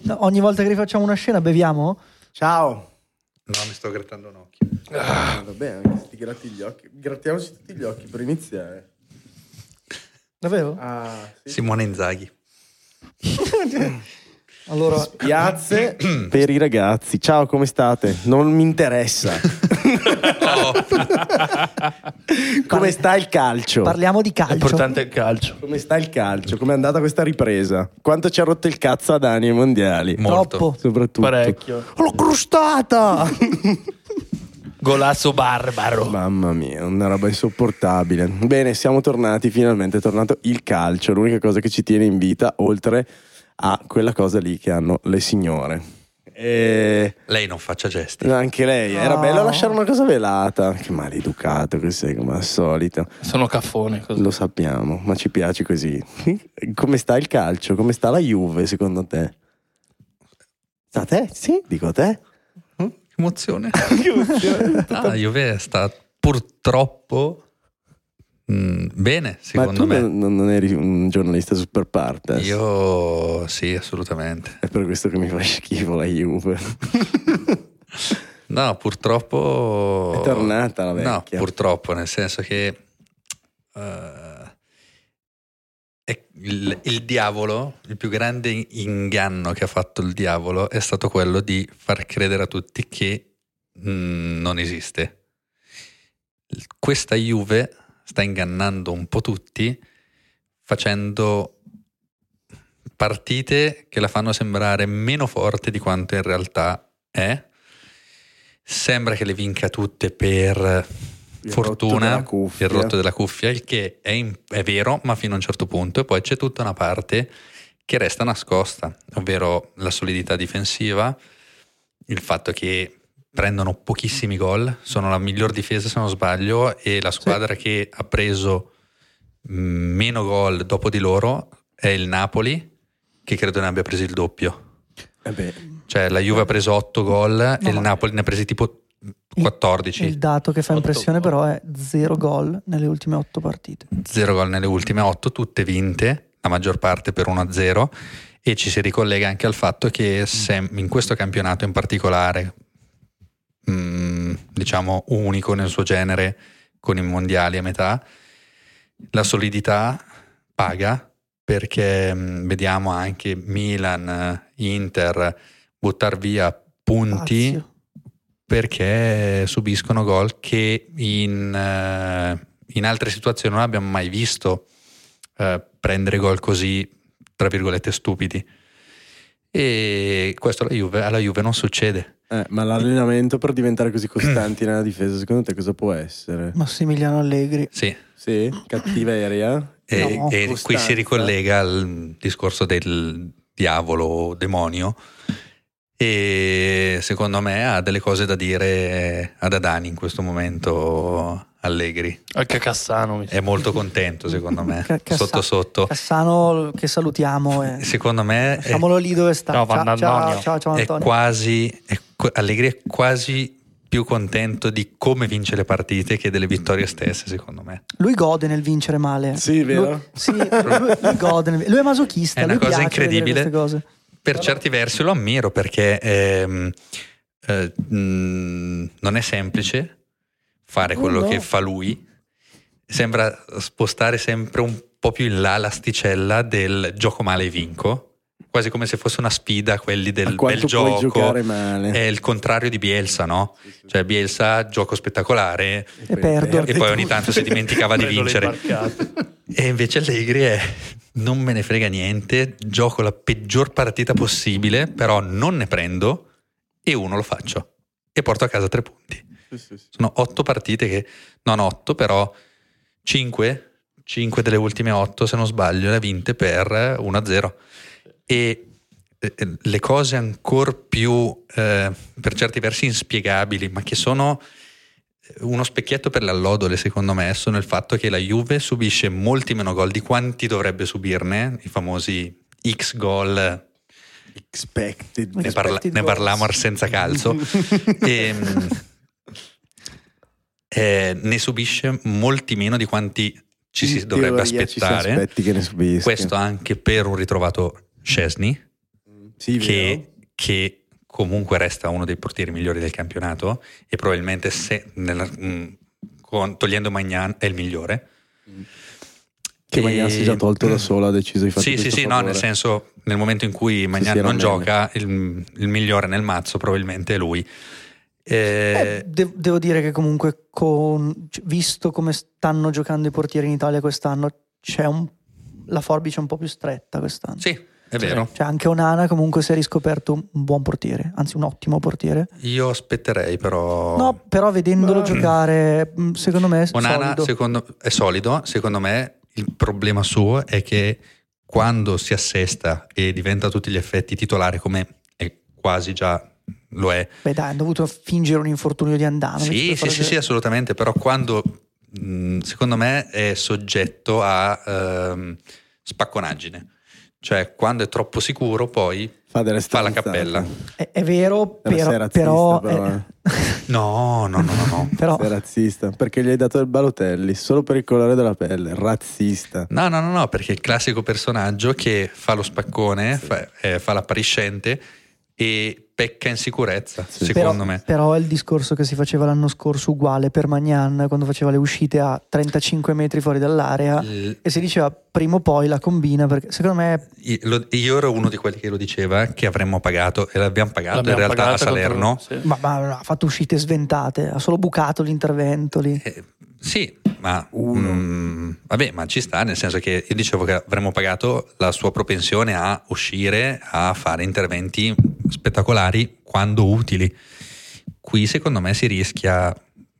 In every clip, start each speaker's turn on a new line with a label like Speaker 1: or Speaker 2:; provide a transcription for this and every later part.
Speaker 1: No, ogni volta che rifacciamo una scena beviamo?
Speaker 2: Ciao.
Speaker 3: No, mi sto grattando un occhio.
Speaker 4: Va bene, Ah, anche se ti gratti gli occhi. Grattiamoci tutti gli occhi per iniziare.
Speaker 1: Davvero?
Speaker 4: Ah, sì.
Speaker 3: Simone Inzaghi.
Speaker 1: Allora,
Speaker 4: Piazze per i ragazzi. Ciao, come state? Non mi interessa. come sta il calcio?
Speaker 1: parliamo di
Speaker 5: È
Speaker 1: calcio.
Speaker 5: importante il calcio.
Speaker 4: Come sta il calcio? Com'è andata questa ripresa? Quanto ci ha rotto il cazzo a Dani ai mondiali?
Speaker 3: Molto.
Speaker 1: Troppo.
Speaker 4: Soprattutto.
Speaker 5: Parecchio.
Speaker 4: L'ho crostata!
Speaker 5: Golasso
Speaker 3: Oh.
Speaker 5: barbaro.
Speaker 4: Mamma mia, una roba insopportabile. Bene, siamo tornati, finalmente è tornato il calcio, l'unica cosa che ci tiene in vita, oltre a quella cosa lì che hanno le signore. E
Speaker 3: Lei non faccia gesti.
Speaker 4: anche lei, era
Speaker 1: No.
Speaker 4: bello lasciare una cosa velata. Che maleducato che sei, come al solito.
Speaker 5: Sono caffone. così.
Speaker 4: Lo sappiamo, ma ci piace così. Come sta il calcio? Come sta la Juve, secondo te? Sta a te? Sì, dico a te.
Speaker 3: Emozione. Ah, la Juve sta purtroppo mm, bene,
Speaker 4: ma tu
Speaker 3: secondo me.
Speaker 4: non, non eri un giornalista super partes.
Speaker 3: Io sì, assolutamente.
Speaker 4: È per questo che mi fa schifo la Juve.
Speaker 3: No, purtroppo...
Speaker 4: È tornata la
Speaker 3: No,
Speaker 4: vecchia.
Speaker 3: purtroppo, nel senso che eh, è il, il diavolo, il più grande inganno che ha fatto il diavolo è stato quello di far credere a tutti che mm, non esiste. Il- Questa Juve sta ingannando un po' tutti facendo partite che la fanno sembrare meno forte di quanto in realtà è. Sembra che le vinca tutte per
Speaker 4: Il rotto
Speaker 3: fortuna,
Speaker 4: della cuffia.
Speaker 3: il rotto della cuffia, il che è, in- è vero, ma fino a un certo punto. E poi c'è tutta una parte che resta nascosta, ovvero la solidità difensiva, il fatto che prendono pochissimi gol, sono la miglior difesa se non sbaglio e la squadra che ha preso mh, meno gol dopo di loro è il Napoli che credo ne abbia presi il doppio.
Speaker 4: Eh beh,
Speaker 3: Cioè la Juve ha preso 8 gol e il
Speaker 1: ma-
Speaker 3: Napoli ne ha presi tipo 14.
Speaker 1: Il dato che fa
Speaker 5: Otto
Speaker 1: impressione
Speaker 5: gol.
Speaker 1: però è zero gol nelle ultime otto partite.
Speaker 3: Zero gol nelle ultime 8, tutte vinte, la maggior parte per 1-0 e ci si ricollega anche al fatto che sem- in questo campionato in particolare, mm, diciamo unico nel suo genere con i mondiali a metà, la solidità paga perché mm, vediamo anche Milan, eh, Inter buttare via punti
Speaker 1: Pazio.
Speaker 3: perché subiscono gol che in, eh, in altre situazioni non abbiamo mai visto eh, prendere gol così, tra virgolette, stupidi. E questo alla Juve, alla Juve non succede.
Speaker 4: eh, ma l'allenamento per diventare così costanti nella difesa, secondo te cosa può essere?
Speaker 1: Massimiliano Allegri.
Speaker 3: Sì,
Speaker 4: Sì, cattiveria?
Speaker 3: e,
Speaker 1: No,
Speaker 3: e qui
Speaker 4: costanza.
Speaker 3: si ricollega al discorso del diavolo o demonio. E secondo me ha delle cose da dire ad Adani in questo momento. Allegri
Speaker 5: Anche Cassano. mi sa.
Speaker 3: è molto contento, secondo me.
Speaker 1: Ca- Cassa-
Speaker 3: Sotto sotto.
Speaker 1: Cassano che salutiamo. eh.
Speaker 3: Secondo me è,
Speaker 1: Lasciamolo lì dove sta.
Speaker 5: Ciao,
Speaker 1: ciao, ciao,
Speaker 5: Vannantonio.
Speaker 1: ciao, ciao,
Speaker 3: è
Speaker 1: Antonio.
Speaker 3: quasi è qu- Allegri è quasi più contento di come vince le partite che delle vittorie stesse, secondo me.
Speaker 1: Lui gode nel vincere male.
Speaker 4: Sì, vero?
Speaker 1: Lui, sì, lui, lui gode nel- lui è masochista.
Speaker 3: È una
Speaker 1: Cioè, lui
Speaker 3: cosa
Speaker 1: piace vedere
Speaker 3: incredibile.
Speaker 1: queste cose.
Speaker 3: Per certi versi lo ammiro perché ehm, eh, mh, non è semplice fare
Speaker 1: Oh,
Speaker 3: quello
Speaker 1: no.
Speaker 3: che fa lui. Sembra spostare sempre un po' più in là l'asticella del gioco male e vinco, quasi come se fosse una sfida a quelli del
Speaker 4: A quanto
Speaker 3: bel
Speaker 4: puoi
Speaker 3: gioco.
Speaker 4: giocare male?
Speaker 3: È il contrario di Bielsa, no? Cioè Bielsa gioco spettacolare,
Speaker 1: E perdo.
Speaker 3: E poi ogni tanto si dimenticava di
Speaker 5: Prendo le
Speaker 3: vincere.
Speaker 5: barcate.
Speaker 3: E invece Allegri è non me ne frega niente, gioco la peggior partita possibile, però non ne prendo e uno lo faccio e porto a casa tre punti.
Speaker 4: Sì, sì, sì.
Speaker 3: Sono otto partite che, non otto, però cinque, cinque delle ultime otto se non sbaglio le ha vinte per 1-0. E eh, le cose ancora più, eh, per certi versi, inspiegabili, ma che sono eh, uno specchietto per l'allodole, secondo me, sono il fatto che la Juve subisce molti meno gol di quanti dovrebbe subirne, i famosi X gol,
Speaker 4: Expected.
Speaker 3: ne, parla-
Speaker 1: Expected
Speaker 3: ne
Speaker 1: goals.
Speaker 3: parliamo ar senza calzo. e, mm, eh, ne subisce molti meno di quanti ci si
Speaker 4: In
Speaker 3: dovrebbe
Speaker 4: teoria ci si
Speaker 3: aspettare.
Speaker 4: aspetti che ne subisca.
Speaker 3: Questo anche per un ritrovato Scesni,
Speaker 4: Sì, vero?
Speaker 3: che, che comunque resta uno dei portieri migliori del campionato e probabilmente se nella- mh, con- togliendo Magnan è il migliore.
Speaker 4: Che
Speaker 3: E-
Speaker 4: Magnan si è già tolto da solo, ha deciso di fare
Speaker 3: Sì, sì, sì, no, nel senso nel momento in cui Magnan
Speaker 4: sì, era
Speaker 3: non
Speaker 4: un
Speaker 3: gioca il, il migliore nel mazzo probabilmente è lui.
Speaker 1: Eh,
Speaker 3: Eh,
Speaker 1: de- devo dire che comunque, con- c- visto come stanno giocando i portieri in Italia quest'anno, c'è un- la forbice è un po' più stretta quest'anno.
Speaker 3: sì, è vero.
Speaker 1: Cioè, anche Onana comunque si è riscoperto un buon portiere, anzi un ottimo portiere.
Speaker 3: Io aspetterei però...
Speaker 1: No, però vedendolo
Speaker 5: Ma-
Speaker 1: giocare, mh, secondo me,
Speaker 3: Oh. Onana
Speaker 1: solido.
Speaker 3: secondo- è solido, secondo me il problema suo è che quando si assesta e diventa a tutti gli effetti titolare come è quasi già lo è.
Speaker 1: Beh, dai, hanno dovuto fingere un infortunio di andame.
Speaker 3: sì, sì, sì, sì, assolutamente, però quando mh, secondo me è soggetto a ehm, spacconaggine. Cioè, quando è troppo sicuro, poi
Speaker 4: Fa, delle
Speaker 3: fa la
Speaker 4: stanzate.
Speaker 3: cappella.
Speaker 1: È, è vero,
Speaker 4: Deve essere
Speaker 1: però, però,
Speaker 4: razzista,
Speaker 1: eh,
Speaker 4: però, eh.
Speaker 3: No, no, no, no, no.
Speaker 1: però-
Speaker 4: Sei razzista perché gli hai dato il balotelli solo per il colore della pelle. Razzista.
Speaker 3: No, no, no, no, perché il classico personaggio che fa lo spaccone, fa, eh, fa l'appariscente e pecca in sicurezza,
Speaker 4: Sì.
Speaker 3: secondo
Speaker 1: però-
Speaker 3: me.
Speaker 1: però è il discorso che si faceva l'anno scorso uguale per Magnan quando faceva le uscite a 35 metri fuori dall'area
Speaker 3: L-
Speaker 1: e si diceva prima o poi la combina perché secondo me
Speaker 3: io- lo- io ero uno di quelli che lo diceva che avremmo pagato e l'abbiamo pagato
Speaker 5: L'abbiamo
Speaker 3: in realtà a
Speaker 5: pagata
Speaker 3: Salerno.
Speaker 5: contro- sì.
Speaker 1: ma, ma ha fatto uscite sventate, ha solo bucato l'intervento lì.
Speaker 3: Eh, sì, ma
Speaker 4: Uno.
Speaker 3: mm, vabbè, ma ci sta, nel senso che io dicevo che avremmo pagato la sua propensione a uscire, a fare interventi spettacolari quando utili. Qui secondo me si rischia,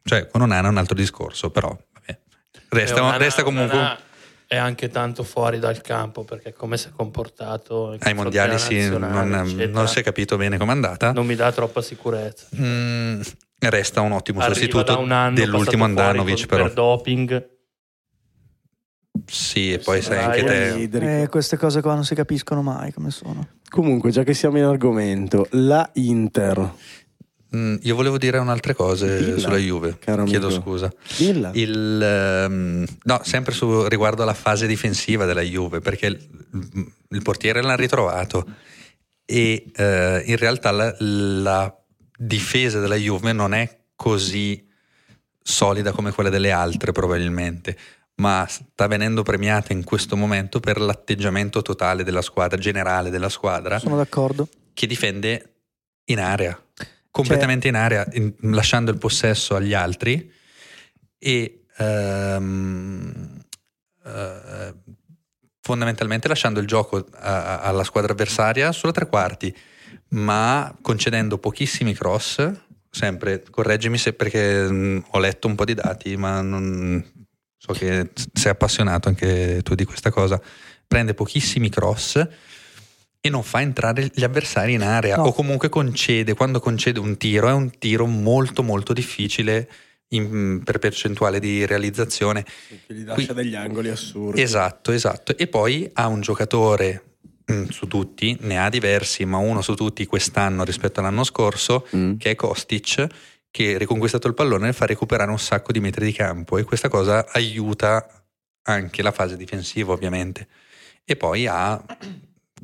Speaker 3: cioè con Onana è un altro discorso, però vabbè. Resta,
Speaker 5: E Onana-
Speaker 3: resta comunque
Speaker 5: Onana È anche tanto fuori dal campo perché come si è comportato in
Speaker 3: ai
Speaker 5: confronto
Speaker 3: mondiali
Speaker 5: della
Speaker 3: sì,
Speaker 5: nazionale,
Speaker 3: non,
Speaker 5: eccetera,
Speaker 3: non si è capito bene com'è andata.
Speaker 5: non mi dà troppa sicurezza.
Speaker 3: Mm, resta un ottimo
Speaker 5: Arriva da
Speaker 3: sostituto
Speaker 5: un anno
Speaker 3: dell'ultimo
Speaker 5: passato fuori
Speaker 3: Andanovic,
Speaker 5: con-
Speaker 3: però.
Speaker 5: Per doping,
Speaker 3: Sì, e poi
Speaker 5: Sì,
Speaker 3: sai
Speaker 5: dai,
Speaker 3: anche te.
Speaker 4: Idrico.
Speaker 1: Eh, queste cose qua non si capiscono mai come sono.
Speaker 4: Comunque, già che siamo in argomento, la Inter.
Speaker 3: Mm, io volevo dire un'altra cosa
Speaker 4: Dilla,
Speaker 3: sulla Juve,
Speaker 4: caro
Speaker 3: chiedo
Speaker 4: amico.
Speaker 3: scusa.
Speaker 4: Dilla.
Speaker 3: Il, ehm, no, sempre su- riguardo alla fase difensiva della Juve, perché il, mm, il portiere l'ha ritrovato e eh, in realtà la, la difesa della Juve non è così solida come quella delle altre probabilmente, ma sta venendo premiata in questo momento per l'atteggiamento totale della squadra, generale della squadra
Speaker 1: Sono d'accordo.
Speaker 3: che difende in area, completamente in area, in- lasciando il possesso agli altri e ehm, eh, fondamentalmente lasciando il gioco a- a- alla squadra avversaria solo a tre quarti, ma concedendo pochissimi cross, sempre, correggimi se perché mh, ho letto un po' di dati, ma non, so che sei appassionato anche tu di questa cosa, prende pochissimi cross e non fa entrare gli avversari in area
Speaker 1: No.
Speaker 3: o comunque concede, quando concede un tiro è un tiro molto molto difficile in- per percentuale di realizzazione.
Speaker 4: Che gli
Speaker 3: lascia
Speaker 4: degli angoli assurdi.
Speaker 3: Esatto, esatto. E poi ha un giocatore mm, su tutti, ne ha diversi, ma uno su tutti quest'anno rispetto all'anno scorso,
Speaker 4: Mm.
Speaker 3: che è Kostic, che riconquistato il pallone e fa recuperare un sacco di metri di campo e questa cosa aiuta anche la fase difensiva ovviamente. E poi ha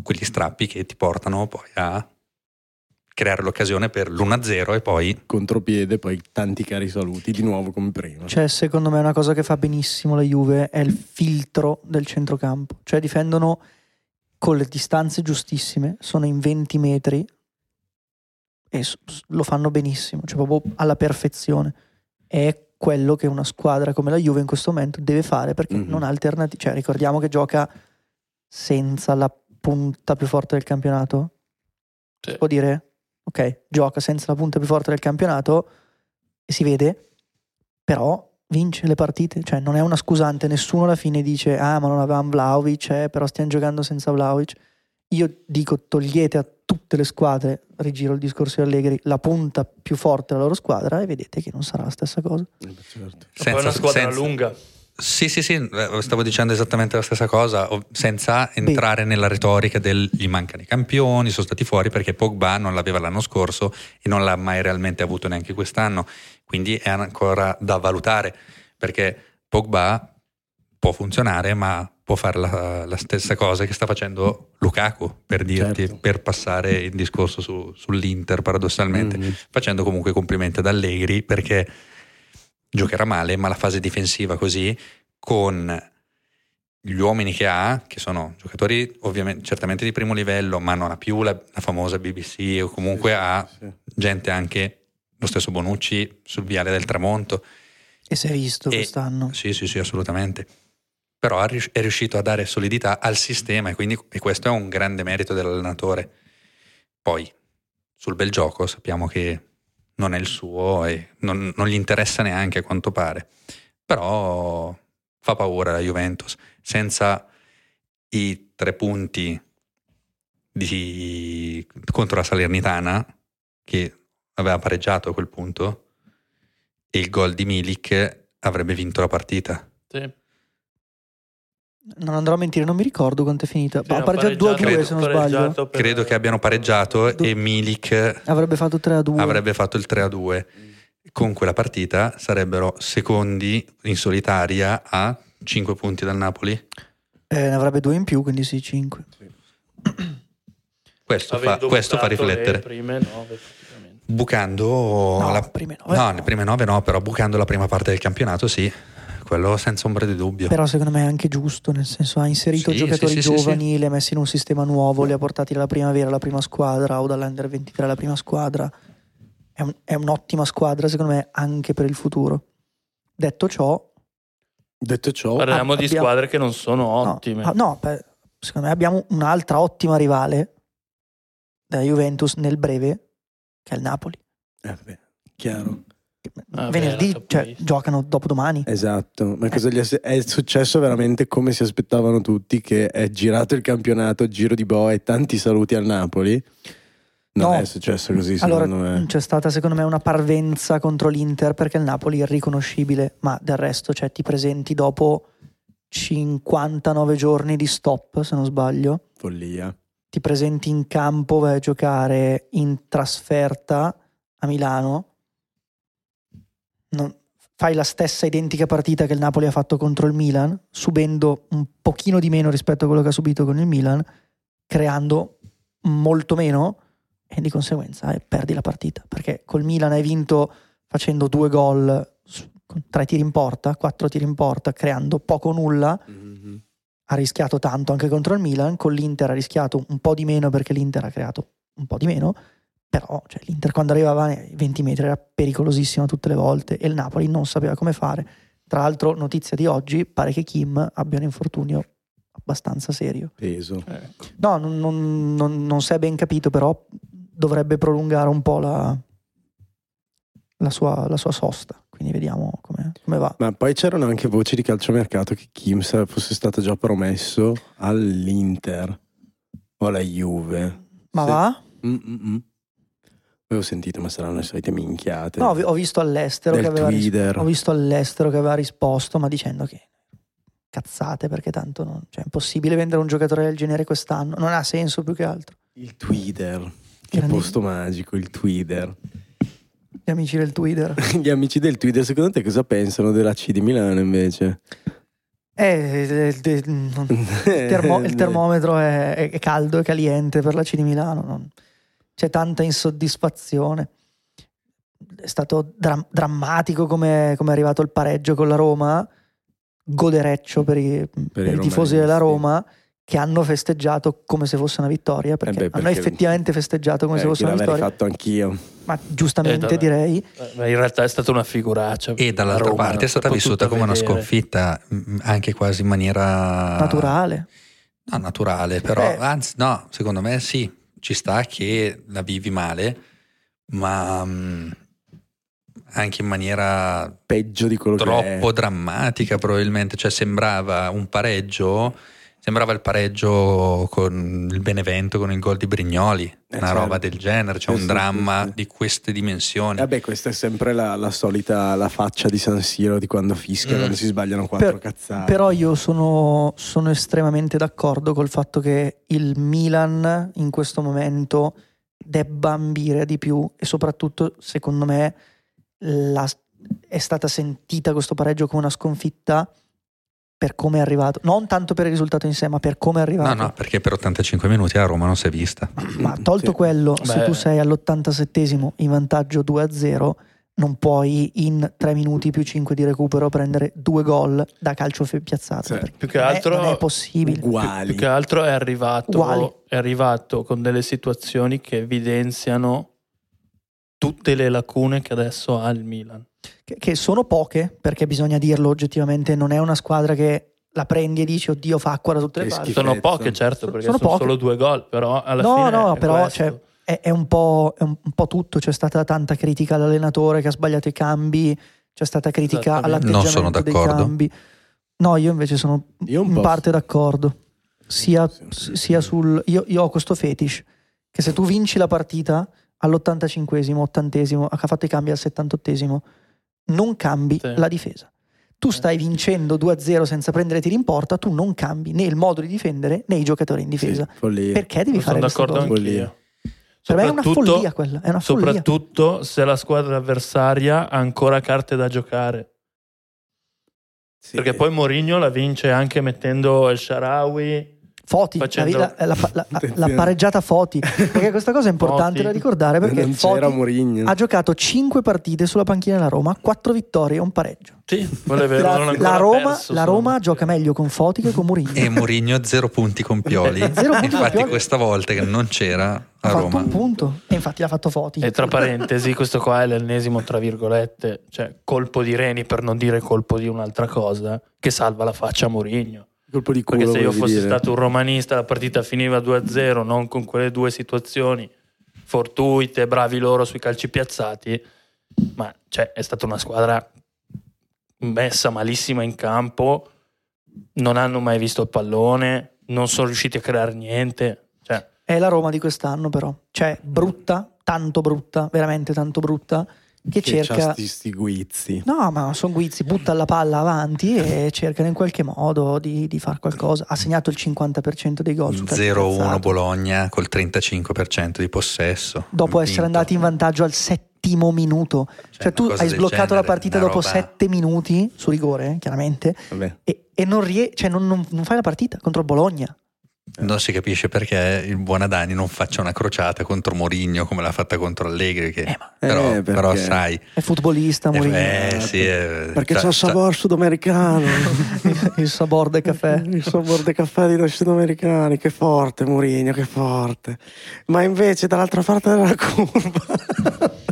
Speaker 3: quegli strappi che ti portano poi a creare l'occasione per l'1-0 e poi
Speaker 4: Contropiede, poi tanti cari saluti, di nuovo come prima.
Speaker 1: Cioè, secondo me, una cosa che fa benissimo la Juve è il filtro del centrocampo. Cioè, difendono con le distanze giustissime, sono in 20 metri e s- s- lo fanno benissimo, cioè proprio alla perfezione. È quello che una squadra come la Juve in questo momento deve fare perché
Speaker 4: Mhm.
Speaker 1: non ha alternative. Cioè, ricordiamo che gioca senza la punta più forte del campionato.
Speaker 5: Sì.
Speaker 1: Può dire, ok, gioca senza la punta più forte del campionato e si vede, però vince le partite, cioè non è una scusante, nessuno alla fine dice ah ma non avevamo Vlaovic, eh, però stiamo giocando senza Vlaovic. Io dico togliete a tutte le squadre, rigiro il discorso di Allegri, la punta più forte della loro squadra e vedete che non sarà la stessa cosa.
Speaker 4: Certo.
Speaker 5: poi è una squadra
Speaker 3: senza-
Speaker 5: lunga.
Speaker 3: Sì, sì, sì, eh, stavo dicendo esattamente la stessa cosa, ov- senza entrare nella retorica del gli mancano i campioni, sono stati fuori perché Pogba non l'aveva l'anno scorso e non l'ha mai realmente avuto neanche quest'anno, quindi è ancora da valutare perché Pogba può funzionare ma può fare la, la stessa cosa che sta facendo Lukaku, per dirti,
Speaker 4: Certo.
Speaker 3: per passare il discorso su- sull'Inter paradossalmente,
Speaker 4: Mm.
Speaker 3: facendo comunque complimenti ad Allegri perché giocherà male, ma la fase difensiva così, con gli uomini che ha, che sono giocatori ovviamente certamente di primo livello, ma non ha più la, la famosa BBC o comunque ha
Speaker 4: Sì.
Speaker 3: gente anche lo stesso Bonucci sul viale del tramonto.
Speaker 1: E si è visto
Speaker 3: E-
Speaker 1: quest'anno.
Speaker 3: Sì, sì, sì, assolutamente. Però ha rius- è riuscito a dare solidità al sistema e quindi e questo è un grande merito dell'allenatore. Poi sul bel gioco sappiamo che non è il suo e non, non gli interessa neanche a quanto pare. Però fa paura la Juventus senza i tre punti di- contro la Salernitana che aveva pareggiato a quel punto e il gol di Milik avrebbe vinto la partita.
Speaker 5: Sì.
Speaker 1: Non andrò a mentire, non mi ricordo quanto è finita.
Speaker 5: Sì,
Speaker 1: Ma ha
Speaker 5: hanno
Speaker 1: pareggiato 2 2
Speaker 5: pareggiato-
Speaker 1: se non sbaglio.
Speaker 5: pareggiato per-
Speaker 3: Credo che abbiano pareggiato
Speaker 1: Du-
Speaker 3: e Milik
Speaker 1: Avrebbe fatto 3 a 2.
Speaker 3: avrebbe fatto il 3 a 2. Con quella partita sarebbero secondi in solitaria a 5 punti dal Napoli.
Speaker 1: Eh, ne avrebbe 2 in più, quindi sì, 5.
Speaker 3: Questo, fa,
Speaker 5: Avendo
Speaker 3: questo fa
Speaker 5: buttato
Speaker 3: riflettere.
Speaker 5: Le prime nove, praticamente.
Speaker 3: Bucando
Speaker 1: no,
Speaker 3: Boh,
Speaker 1: eh.
Speaker 3: la,
Speaker 1: prime nove.
Speaker 3: no, le prime nove no, però bucando la prima parte del campionato sì, quello senza ombra di dubbio.
Speaker 1: Però secondo me è anche giusto, nel senso ha inserito
Speaker 3: Certo. Sì,
Speaker 1: giocatori
Speaker 3: sì, sì, sì,
Speaker 1: giovani, li ha messi in un sistema nuovo, li ha portati dalla primavera alla prima squadra o dall'under 23 alla prima squadra. È, un- è un'ottima squadra secondo me anche per il futuro. Detto ciò,
Speaker 4: Detto ciò,
Speaker 5: Parliamo di
Speaker 1: abbiamo-
Speaker 5: squadre che non sono
Speaker 1: no,
Speaker 5: ottime.
Speaker 1: ah, no, beh, secondo me abbiamo un'altra ottima rivale della Juventus nel breve, che è il Napoli.
Speaker 4: eh, vabbè, chiaro.
Speaker 5: Ah, beh, la
Speaker 1: Venerdì cioè,
Speaker 5: capolista.
Speaker 1: giocano dopodomani.
Speaker 4: Esatto,
Speaker 1: Eh.
Speaker 4: ma cosa gli è, è successo veramente come si aspettavano tutti che è girato il campionato, giro di boa e tanti saluti al Napoli. Non
Speaker 1: No.
Speaker 4: è successo così
Speaker 1: Allora, mm,
Speaker 4: secondo me.
Speaker 1: c'è stata secondo me una parvenza contro l'Inter perché il Napoli è irriconoscibile, ma del resto cioè, ti presenti dopo 59 giorni di stop, se non sbaglio,
Speaker 4: Follia.
Speaker 1: ti presenti in campo, vai a giocare in trasferta a Milano, Non- fai la stessa identica partita che il Napoli ha fatto contro il Milan, subendo un pochino di meno rispetto a quello che ha subito con il Milan, creando molto meno e di conseguenza eh, perdi la partita, perché col Milan hai vinto facendo due gol, su- con tre tiri in porta, quattro tiri in porta, creando poco o nulla ha rischiato tanto anche contro il Milan, con l'Inter ha rischiato un po' di meno perché l'Inter ha creato un po' di meno, però cioè, l'Inter quando arrivava nei 20 metri era pericolosissima tutte le volte e il Napoli non sapeva come fare. Tra l'altro, notizia di oggi, pare che Kim abbia un infortunio abbastanza serio.
Speaker 4: Peso.
Speaker 5: Ecco.
Speaker 1: No, non, non- non- non si è ben capito, però dovrebbe prolungare un po' la, la sua, la sua sosta, quindi vediamo come, come va.
Speaker 4: Ma poi c'erano anche voci di calciomercato che Kim sa- fosse stato già promesso all'Inter o alla Juve.
Speaker 1: Ma
Speaker 4: Sì.
Speaker 1: va?
Speaker 4: Mm, mm, mm. Avevo sentito, ma saranno le solite minchiate.
Speaker 1: No, vi- ho visto all'estero
Speaker 4: Del
Speaker 1: che aveva ris-
Speaker 4: Twitter.
Speaker 1: ho visto all'estero che aveva risposto, ma dicendo che cazzate perché tanto non, cioè, è impossibile vendere un giocatore del genere quest'anno, non ha senso più che altro.
Speaker 4: Il Twitter. Che
Speaker 1: Grandi-
Speaker 4: posto magico, il Twitter.
Speaker 1: Gli amici del Twitter.
Speaker 4: Gli amici del Twitter, secondo te cosa pensano della C di Milano invece?
Speaker 1: Eh, eh, eh, eh, non- il, termo-
Speaker 4: Eh,
Speaker 1: il termometro è, è- è caldo, è caliente per la C di Milano, non- c'è tanta insoddisfazione. È stato dra- drammatico come come è arrivato il pareggio con la Roma, godereccio per i, per
Speaker 4: i
Speaker 1: i tifosi
Speaker 4: romanisti.
Speaker 1: della Roma che hanno festeggiato come se fosse una vittoria, perché,
Speaker 4: Eh beh, perché-
Speaker 1: hanno effettivamente festeggiato come
Speaker 4: Eh,
Speaker 1: se fosse una
Speaker 4: l'avrei
Speaker 1: vittoria,
Speaker 4: fatto anch'io.
Speaker 1: ma
Speaker 5: Eh,
Speaker 1: giustamente
Speaker 5: vabbè.
Speaker 1: direi.
Speaker 5: Eh, ma in realtà è stata una figuraccia.
Speaker 3: E dall'altra
Speaker 5: A Roma
Speaker 3: parte è
Speaker 5: non
Speaker 3: stata
Speaker 5: si
Speaker 3: vissuta
Speaker 5: potuta
Speaker 3: come una
Speaker 5: vedere.
Speaker 3: sconfitta, mm, anche quasi in maniera
Speaker 4: Ah.
Speaker 1: Naturale,
Speaker 3: No, naturale, però
Speaker 4: Eh.
Speaker 1: Beh.
Speaker 3: anzi, no, secondo me sì, ci sta che la vivi male, ma mm, anche in maniera
Speaker 4: Peggio di quello che
Speaker 3: troppo
Speaker 4: è.
Speaker 3: drammatica, probabilmente. Cioè, sembrava un pareggio. Sembrava il pareggio con il Benevento con il gol di Brignoli, una
Speaker 4: certo.
Speaker 3: roba del genere, cioè
Speaker 4: Sì,
Speaker 3: un
Speaker 4: sì,
Speaker 3: dramma
Speaker 4: sì, sì.
Speaker 3: di queste dimensioni.
Speaker 4: Vabbè, questa è sempre la, la solita la faccia di San Siro di quando fischia,
Speaker 3: Mm.
Speaker 4: quando si sbagliano quattro
Speaker 1: Per-
Speaker 4: cazzate.
Speaker 1: però io sono, sono estremamente d'accordo col fatto che il Milan in questo momento debba ambire di più e soprattutto secondo me la- è stata sentita questo pareggio come una sconfitta per come è arrivato, non tanto per il risultato in sé, ma per come è
Speaker 3: No,
Speaker 1: arrivato.
Speaker 3: no, perché per 85 minuti a Roma non si è vista.
Speaker 1: Ma tolto
Speaker 4: Sì.
Speaker 1: quello, se
Speaker 5: Beh.
Speaker 1: tu sei all'87esimo in vantaggio 2-0, non puoi in 3 minuti più 5 di recupero prendere due gol da calcio fe- piazzato.
Speaker 4: Sì.
Speaker 1: perché
Speaker 5: Più che
Speaker 1: non è-
Speaker 5: altro-
Speaker 1: Eh, non è possibile.
Speaker 4: uguali.
Speaker 5: Più che altro è arrivato,
Speaker 1: Uguali.
Speaker 5: è arrivato con delle situazioni che evidenziano tutte le lacune che adesso ha il Milan.
Speaker 1: che, che sono poche, perché bisogna dirlo oggettivamente, non è una squadra che la prendi e dici oddio fa acqua da tutte le
Speaker 4: Che
Speaker 1: parti.
Speaker 4: schifo.
Speaker 5: Sono
Speaker 4: Schifezza.
Speaker 5: poche, certo, perché
Speaker 1: Sono
Speaker 5: sono,
Speaker 1: poche.
Speaker 5: solo due gol, però alla
Speaker 1: No,
Speaker 5: fine
Speaker 1: no,
Speaker 5: è
Speaker 1: però,
Speaker 5: questo.
Speaker 1: cioè, È, è un po', è un- un po' tutto, c'è stata tanta critica all'allenatore che ha sbagliato i cambi, c'è stata critica
Speaker 5: Esattamente.
Speaker 1: all'atteggiamento
Speaker 3: Non sono
Speaker 1: dei
Speaker 3: d'accordo.
Speaker 1: cambi. No, io invece sono
Speaker 4: Io un
Speaker 1: in
Speaker 4: po'.
Speaker 1: parte d'accordo. Sia,
Speaker 4: Sì, sì, sì.
Speaker 1: sia sul. Io, io ho questo fetish che se tu vinci la partita all'85esimo, 80esimo, ha fatto i cambi al 78esimo, non cambi
Speaker 5: Sì. Eh,
Speaker 1: la difesa. Tu stai vincendo 2-0 senza prendere tiri in porta, tu non cambi né il modo di difendere né i giocatori in difesa.
Speaker 4: Sì, follia.
Speaker 1: Perché devi
Speaker 5: sono
Speaker 1: fare questa
Speaker 5: d'accordo
Speaker 1: cosa?
Speaker 5: anch'io.
Speaker 4: Follia.
Speaker 1: Per me Cioè, è una
Speaker 5: Soprattutto-
Speaker 1: follia quella, è una follia.
Speaker 5: Soprattutto se la squadra avversaria ha ancora carte da giocare.
Speaker 4: Sì.
Speaker 5: Perché poi Mourinho la vince anche mettendo il Sharawi.
Speaker 1: Foti,
Speaker 5: facendo-
Speaker 1: la, la- la- la-
Speaker 4: Attenzione.
Speaker 1: la pareggiata Foti, perché questa cosa è importante
Speaker 5: Foti.
Speaker 1: da ricordare Eh, perché
Speaker 4: non c'era
Speaker 1: Foti
Speaker 4: Mourinho.
Speaker 1: ha giocato 5 partite sulla panchina della Roma, 4 vittorie e un pareggio.
Speaker 5: Sì, quello è vero,
Speaker 1: La,
Speaker 5: non ha ancora
Speaker 1: la Roma,
Speaker 5: perso,
Speaker 1: la
Speaker 5: sono-
Speaker 1: Roma gioca meglio con Foti che con Mourinho.
Speaker 3: E Mourinho zero punti con Pioli.
Speaker 1: Eh, Zero punti con
Speaker 3: Infatti
Speaker 1: Pioli.
Speaker 3: questa volta che non c'era
Speaker 1: ha
Speaker 3: a
Speaker 1: fatto
Speaker 3: Roma.
Speaker 1: un punto e infatti l'ha fatto Foti.
Speaker 5: E tra parentesi, questo qua è l'ennesimo, tra virgolette, cioè colpo di Reni per non dire colpo di un'altra cosa, che salva la faccia a Mourinho.
Speaker 4: Colpo di culo.
Speaker 5: Perché se io
Speaker 4: volevi
Speaker 5: fossi
Speaker 4: dire.
Speaker 5: stato un romanista la partita finiva 2-0, non con quelle due situazioni fortuite, bravi loro sui calci piazzati, ma cioè, è stata una squadra messa malissima in campo, non hanno mai visto il pallone, non sono riusciti a creare niente. Cioè,
Speaker 1: È la Roma di quest'anno però, cioè brutta, tanto brutta, veramente tanto brutta, che,
Speaker 4: che c'ha
Speaker 1: cerca...
Speaker 4: sti, sti guizzi.
Speaker 1: No, ma sono guizzi, butta la palla avanti e cercano in qualche modo di, di far qualcosa. Ha segnato il 50% dei gol. su calcio piazzato.
Speaker 3: 0-1 Bologna col 35% di possesso.
Speaker 1: Dopo essere
Speaker 3: Vinto.
Speaker 1: andati in vantaggio al settimo minuto. Cioè
Speaker 3: una
Speaker 1: tu
Speaker 3: cosa
Speaker 1: hai
Speaker 3: del
Speaker 1: sbloccato la
Speaker 3: genere,
Speaker 1: partita
Speaker 3: una
Speaker 1: dopo
Speaker 3: roba-
Speaker 1: sette minuti, su rigore eh, chiaramente,
Speaker 4: Vabbè.
Speaker 1: e, e non, rie- cioè, non- non- non fai la partita contro il Bologna.
Speaker 3: Non si capisce perché il Buonadani non faccia una crociata contro Mourinho come l'ha fatta contro Allegri. Che... però,
Speaker 4: Eh, perché-
Speaker 3: però sai,
Speaker 1: È futbolista,
Speaker 3: eh,
Speaker 1: Mourinho.
Speaker 3: eh, sì, eh,
Speaker 4: Perché
Speaker 3: sa-
Speaker 4: c'ha il
Speaker 3: sa-
Speaker 4: sabor sudamericano.
Speaker 1: il sabor Cioè, del caffè.
Speaker 4: Il sabor dei caffè dei sudamericani. Che forte, Mourinho, che forte. Ma invece dall'altra parte della curva.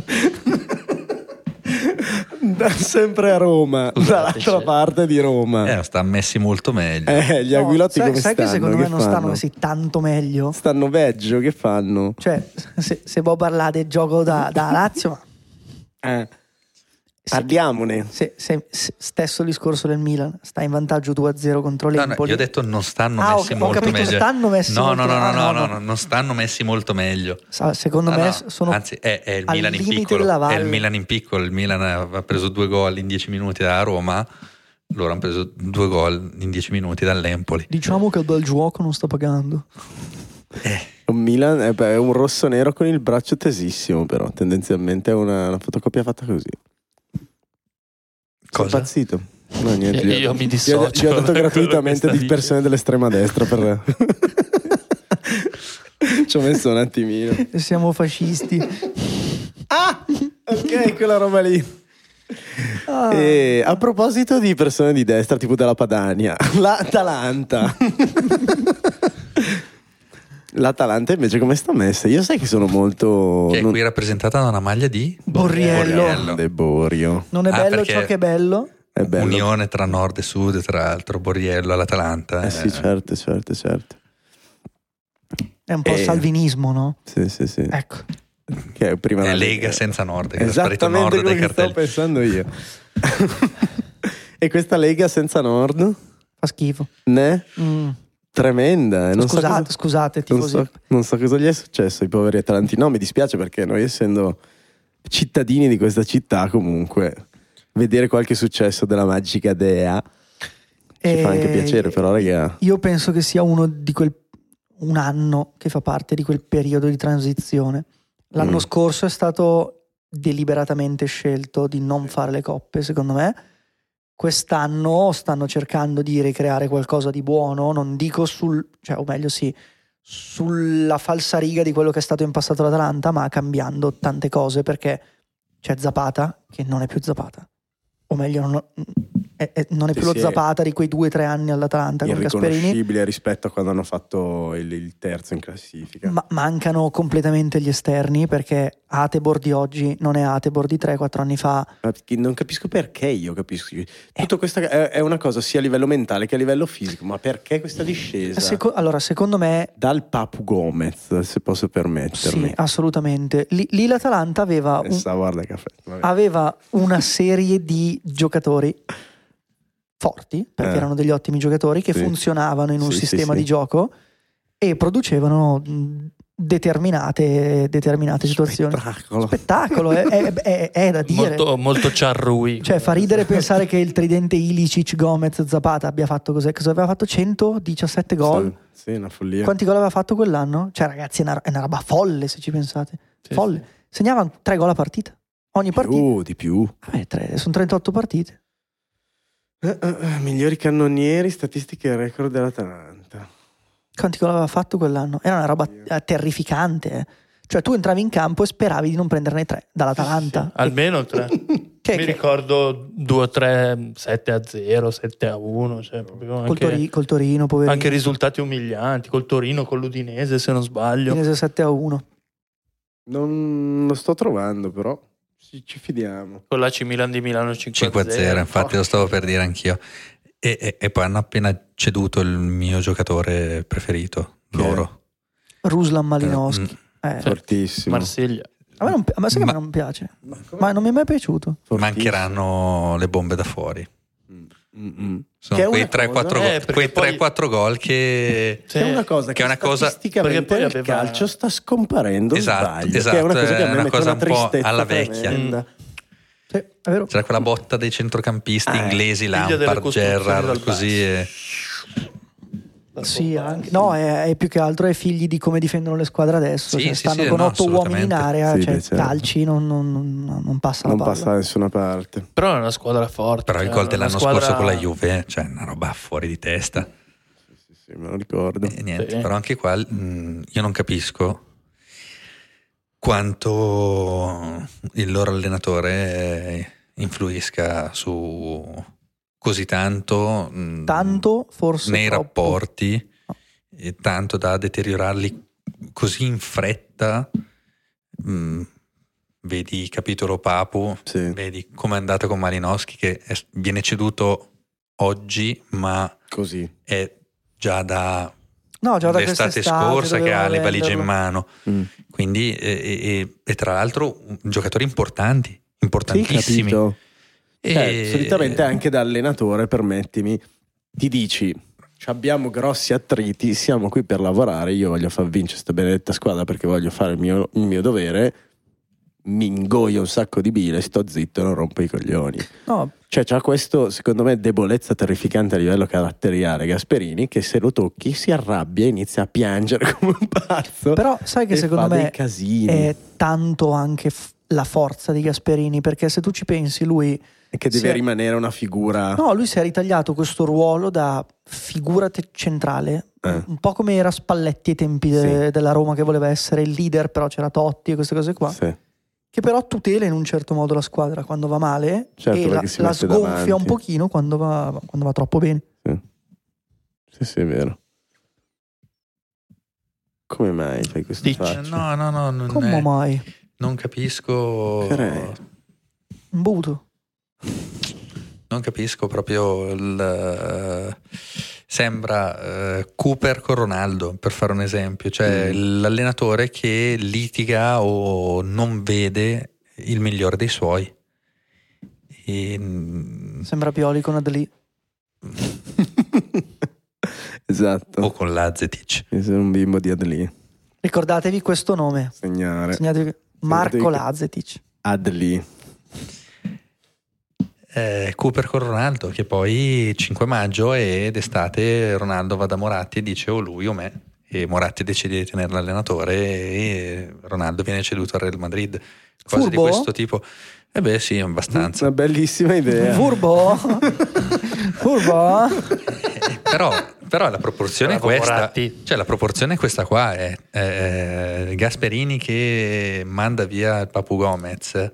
Speaker 4: Da- sempre a Roma,
Speaker 5: Scusate,
Speaker 4: dall'altra
Speaker 5: c'è-
Speaker 4: parte di Roma.
Speaker 3: eh, sta messi molto meglio.
Speaker 4: Eh, gli
Speaker 1: No,
Speaker 4: aguilotti
Speaker 1: sai,
Speaker 4: come
Speaker 1: sai
Speaker 4: stanno?
Speaker 1: che secondo me non stanno
Speaker 4: fanno?
Speaker 1: messi tanto meglio?
Speaker 4: Stanno peggio, che fanno?
Speaker 1: Cioè, se, se può parlare del gioco da, da Lazio, ma
Speaker 4: Eh,
Speaker 1: se-
Speaker 4: parliamone.
Speaker 1: se- se- se- stesso discorso del Milan, sta in vantaggio 2-0 contro
Speaker 3: No, no,
Speaker 1: l'Empoli.
Speaker 3: io ho detto non stanno
Speaker 1: Ah, ho-
Speaker 3: messi
Speaker 1: ho
Speaker 3: molto
Speaker 1: capito,
Speaker 3: meglio.
Speaker 1: stanno messi
Speaker 3: no,
Speaker 1: molto-
Speaker 3: no, no,
Speaker 1: ah, no,
Speaker 3: no, no,
Speaker 1: no.
Speaker 3: no, no, non stanno messi molto meglio.
Speaker 1: Sa- Secondo
Speaker 3: No,
Speaker 1: me
Speaker 3: Ah, no,
Speaker 1: sono
Speaker 3: Anzi, è, è il
Speaker 1: al
Speaker 3: Milan in
Speaker 1: limite
Speaker 3: piccolo.
Speaker 1: della valle.
Speaker 3: È il Milan in piccolo. Il Milan ha preso due gol in dieci minuti da Roma. Loro hanno preso due gol in dieci minuti dall'Empoli.
Speaker 1: Diciamo che il bel gioco non sta pagando.
Speaker 4: Un Milan eh, beh, è un rosso nero con il braccio tesissimo, però tendenzialmente è una, una fotocopia fatta così. Sono
Speaker 3: Cosa?
Speaker 4: impazzito. No, niente,
Speaker 5: Io-
Speaker 4: gli
Speaker 5: io
Speaker 4: ho-
Speaker 5: mi
Speaker 4: gli ho-
Speaker 5: dissocio
Speaker 4: Gli ho
Speaker 5: da
Speaker 4: dato
Speaker 5: quello
Speaker 4: gratuitamente
Speaker 5: che sta
Speaker 4: di persone dell'estrema destra. Per... Ci ho messo un attimino.
Speaker 1: Siamo fascisti.
Speaker 4: Ah, ok, quella roba lì.
Speaker 1: Ah,
Speaker 4: E a proposito di persone di destra, tipo della Padania, l'Atalanta. L'Atalanta invece come sta messa? Io sai che sono molto...
Speaker 3: Che è
Speaker 4: non-
Speaker 3: qui rappresentata da una maglia di
Speaker 1: Borriello.
Speaker 4: Grande Borio.
Speaker 1: Non è
Speaker 3: Ah,
Speaker 1: bello
Speaker 3: perché-
Speaker 1: ciò che è bello.
Speaker 4: È bello.
Speaker 3: Unione tra nord e sud, tra l'altro Borriello all'Atalanta.
Speaker 4: Eh sì, certo, certo, certo.
Speaker 1: È un po'
Speaker 4: Eh.
Speaker 1: salvinismo, no?
Speaker 4: Sì, sì, sì.
Speaker 1: Ecco.
Speaker 4: Che è prima
Speaker 3: Eh. È
Speaker 4: la
Speaker 3: Lega senza nord, che era sparito
Speaker 4: Esattamente
Speaker 3: nord
Speaker 4: quello
Speaker 3: dai
Speaker 4: che stavo
Speaker 3: cartelli.
Speaker 4: pensando io. e questa Lega senza nord?
Speaker 1: Fa schifo.
Speaker 4: Ne?
Speaker 1: Mm.
Speaker 4: Tremenda. eh, Non so
Speaker 1: Scusate,
Speaker 4: cosa-
Speaker 1: scusate,
Speaker 4: non
Speaker 1: tifosi.
Speaker 4: so, non so cosa gli è successo ai poveri Atlanti. No, mi dispiace perché noi, essendo cittadini di questa città, comunque, vedere qualche successo della magica dea ci
Speaker 1: Eh,
Speaker 4: fa anche piacere, però, raga.
Speaker 1: Io penso che sia uno di quel un anno che fa parte di quel periodo di transizione. L'anno
Speaker 4: Mm.
Speaker 1: scorso è stato deliberatamente scelto di non fare le coppe, secondo me, quest'anno stanno cercando di ricreare qualcosa di buono, non dico sul, cioè, o meglio sì, sulla falsariga di quello che è stato in passato l'Atalanta, ma cambiando tante cose perché c'è Zapata che non è più Zapata. O meglio, non, è- è- non è
Speaker 4: Sì,
Speaker 1: più lo
Speaker 4: sì.
Speaker 1: Zapata di quei due o tre anni all'Atalanta con Gasperini.
Speaker 4: irriconoscibile rispetto a quando hanno fatto il, il terzo in classifica.
Speaker 1: Ma- mancano completamente gli esterni perché Atebor di oggi non è Atebor di 3-4 anni fa.
Speaker 4: Ma perché non capisco perché io capisco. Tutto questa è, è una cosa sia a livello mentale che a livello fisico, ma perché questa discesa?
Speaker 1: Seco- allora, secondo me,
Speaker 4: Dal Papu Gomez, se posso permettermi.
Speaker 1: sì, assolutamente. Lì, lì l'Atalanta aveva, un-
Speaker 4: Pensa, guarda che affetto, vabbè.
Speaker 1: aveva una serie di giocatori forti, perché
Speaker 4: Eh.
Speaker 1: erano degli ottimi giocatori, che
Speaker 4: Sì.
Speaker 1: funzionavano in un
Speaker 4: Sì, sì,
Speaker 1: sistema
Speaker 4: sì.
Speaker 1: di gioco e producevano mh, determinate, determinate situazioni.
Speaker 4: Spettacolo.
Speaker 1: Spettacolo, eh, è, è- è- è da dire.
Speaker 5: Molto, molto charrui.
Speaker 1: Cioè, fa ridere pensare che il tridente Ilicic, Gomez, Zapata abbia fatto cos'è? Cosa aveva fatto? 117 gol.
Speaker 4: Sì, una follia.
Speaker 1: Quanti gol aveva fatto quell'anno? Cioè, ragazzi, è una, è una roba folle se ci pensate.
Speaker 5: Sì,
Speaker 1: folle. Segnava tre gol a partita. Ogni partita.
Speaker 4: Più, di più.
Speaker 1: Vabbè, Ah, tre- sono 38 partite.
Speaker 4: Eh, eh, eh, migliori cannonieri, statistiche e record dell'Atalanta.
Speaker 1: Quanti gol aveva fatto quell'anno? Era una roba eh, terrificante. eh. Cioè, tu entravi in campo e speravi di non prenderne tre dall'Atalanta.
Speaker 5: Almeno tre.
Speaker 1: Che,
Speaker 5: Mi
Speaker 1: che-
Speaker 5: ricordo 2 o 3, 7 a 0, 7 a 1. Cioè, proprio
Speaker 1: col, Tori-
Speaker 5: anche,
Speaker 1: col Torino, poverino.
Speaker 5: anche risultati umilianti. Col Torino, con l'Udinese, se non sbaglio.
Speaker 1: Udinese 7 a 1.
Speaker 4: Non lo sto trovando, però ci, ci fidiamo.
Speaker 5: Con la C Milan di Milano 5
Speaker 3: 5-0,
Speaker 5: a 0.
Speaker 3: infatti lo stavo per dire anch'io. E, e- e poi hanno appena ceduto il mio giocatore preferito,
Speaker 4: Chi è?
Speaker 3: loro.
Speaker 1: Ruslan Malinowski.
Speaker 3: Eh,
Speaker 1: Eh,
Speaker 4: Fortissimo.
Speaker 5: Marsiglia.
Speaker 1: A me, non, pi- a me sai che a me
Speaker 3: Ma-
Speaker 1: non piace.
Speaker 4: Ma come-
Speaker 1: Ma non mi è mai piaciuto.
Speaker 4: Fortissimo.
Speaker 3: Mancheranno le bombe da fuori.
Speaker 4: Mm, mm, mm. Che è
Speaker 3: Sono quei
Speaker 4: una
Speaker 3: 3-4
Speaker 4: cosa-
Speaker 3: gol,
Speaker 5: Eh, perché
Speaker 3: quei
Speaker 5: poi-
Speaker 3: 3-4 gol che...
Speaker 5: Sì.
Speaker 4: Che è una cosa che,
Speaker 3: Che è una cosa-
Speaker 4: statisticamente
Speaker 5: perché poi
Speaker 4: nel
Speaker 5: aveva-
Speaker 4: calcio sta scomparendo
Speaker 3: Esatto,
Speaker 4: sbaglio, che è
Speaker 3: esatto,
Speaker 4: una cosa che a
Speaker 3: è
Speaker 4: me
Speaker 3: una
Speaker 4: mette
Speaker 3: cosa un po'
Speaker 4: tristezza
Speaker 3: alla vecchia.
Speaker 4: tremenda.
Speaker 1: Sì, è vero.
Speaker 3: C'era quella botta dei centrocampisti
Speaker 4: Eh,
Speaker 3: inglesi,
Speaker 5: figlia delle
Speaker 3: Lampard,
Speaker 5: costruzioni dal
Speaker 3: Gerrard,
Speaker 5: basso.
Speaker 3: così. eh. e-
Speaker 1: Sì, anche- no, è, è più che altro è figli di come difendono le squadre adesso.
Speaker 3: Sì,
Speaker 1: cioè,
Speaker 3: sì,
Speaker 1: stanno
Speaker 3: sì,
Speaker 1: con
Speaker 3: no,
Speaker 1: otto uomini in
Speaker 3: assolutamente.
Speaker 1: area,
Speaker 4: Sì,
Speaker 1: cioè
Speaker 4: beh, certo.
Speaker 1: calci, non, non- non- non passa
Speaker 4: Non
Speaker 1: la palla.
Speaker 4: passa da nessuna parte.
Speaker 5: Però è una squadra forte.
Speaker 3: Però il
Speaker 5: cioè,
Speaker 3: gol
Speaker 5: è
Speaker 3: dell'anno
Speaker 5: una squadra-
Speaker 3: scorso con la Juve, cioè una roba fuori di testa.
Speaker 4: Sì, sì, me lo ricordo.
Speaker 3: E niente,
Speaker 5: Sì.
Speaker 3: però anche qua mh, io non capisco quanto il loro allenatore eh, influisca su così tanto, mh,
Speaker 1: Tanto forse
Speaker 3: nei
Speaker 1: troppo.
Speaker 3: rapporti
Speaker 1: No.
Speaker 3: e tanto da deteriorarli così in fretta. Mh, vedi il capitolo Papu,
Speaker 4: Sì.
Speaker 3: vedi com'è andata con Malinowski che è- viene ceduto oggi, ma
Speaker 4: Così.
Speaker 3: è già da
Speaker 1: No, già da
Speaker 3: l'estate
Speaker 1: quest'estate
Speaker 3: scorsa che
Speaker 1: dovevano
Speaker 3: ha le valigie in
Speaker 1: venderlo.
Speaker 3: mano.
Speaker 4: Mm.
Speaker 3: Quindi, e, e- e- e tra l'altro, un- giocatori importanti,
Speaker 4: Sì,
Speaker 3: importantissimi.
Speaker 4: capito.
Speaker 3: E-
Speaker 4: Cioè, solitamente anche da allenatore, permettimi, ti dici "Ci abbiamo grossi attriti, siamo qui per lavorare, io voglio far vincere questa benedetta squadra perché voglio fare il mio, il mio dovere, mi ingoio un sacco di bile, sto zitto e non rompo i coglioni.
Speaker 1: No,
Speaker 4: Cioè c'ha questo, secondo me, debolezza terrificante a livello caratteriale Gasperini che se lo tocchi si arrabbia e inizia a piangere come un pazzo.
Speaker 1: però sai che
Speaker 4: e
Speaker 1: secondo
Speaker 4: fa
Speaker 1: me eh,
Speaker 4: dei casini
Speaker 1: è tanto anche f- la forza di Gasperini, perché se tu ci pensi lui
Speaker 4: che deve
Speaker 1: sì.
Speaker 4: rimanere una figura...
Speaker 1: No, lui si è ritagliato questo ruolo da figura te- centrale,
Speaker 4: Eh.
Speaker 1: un po' come era Spalletti ai tempi de- della Roma che voleva essere il leader, però c'era Totti e queste cose qua,
Speaker 4: Sì.
Speaker 1: che però tutela in un certo modo la squadra quando va male
Speaker 4: Certo,
Speaker 1: e la,
Speaker 4: perché si
Speaker 1: la
Speaker 4: mette
Speaker 1: sgonfia
Speaker 4: davanti.
Speaker 1: un pochino quando va, quando va troppo bene.
Speaker 4: Sì, sì, è vero. Come mai fai questo
Speaker 5: Dici,
Speaker 3: Eh,
Speaker 4: faccia?
Speaker 3: No, no, no, non,
Speaker 1: Come
Speaker 3: è-
Speaker 1: mai?
Speaker 3: non capisco.
Speaker 4: Cre-
Speaker 1: Un buto.
Speaker 3: Non capisco proprio il. Sembra eh, Cooper con Ronaldo, per fare un esempio, cioè l'allenatore che litiga o non vede il migliore dei suoi. E, mm,
Speaker 1: Sembra Pioli con Adli.
Speaker 4: esatto.
Speaker 3: o con Lazetic.
Speaker 4: Io sono un bimbo di Adli.
Speaker 1: Ricordatevi questo nome.
Speaker 4: Segnare.
Speaker 1: Segnatevi Marco
Speaker 4: Eh. Segnatevi-
Speaker 1: Lazetic.
Speaker 4: Adli.
Speaker 3: Eh, Cooper con Ronaldo, che poi 5 maggio e d'estate Ronaldo va da Moratti e dice o lui o me. e Moratti decide di tenere l'allenatore e Ronaldo viene ceduto al Real Madrid. Cose di
Speaker 1: Furbo?
Speaker 3: questo tipo. Eh beh sì, abbastanza.
Speaker 4: Una bellissima idea.
Speaker 1: Furbo? Furbo?
Speaker 3: Eh, però, però la proporzione è
Speaker 5: Bravo
Speaker 3: questa.
Speaker 5: Moratti.
Speaker 3: Cioè, la proporzione è questa qua. È, è- è Gasperini che manda via il Papu Gomez.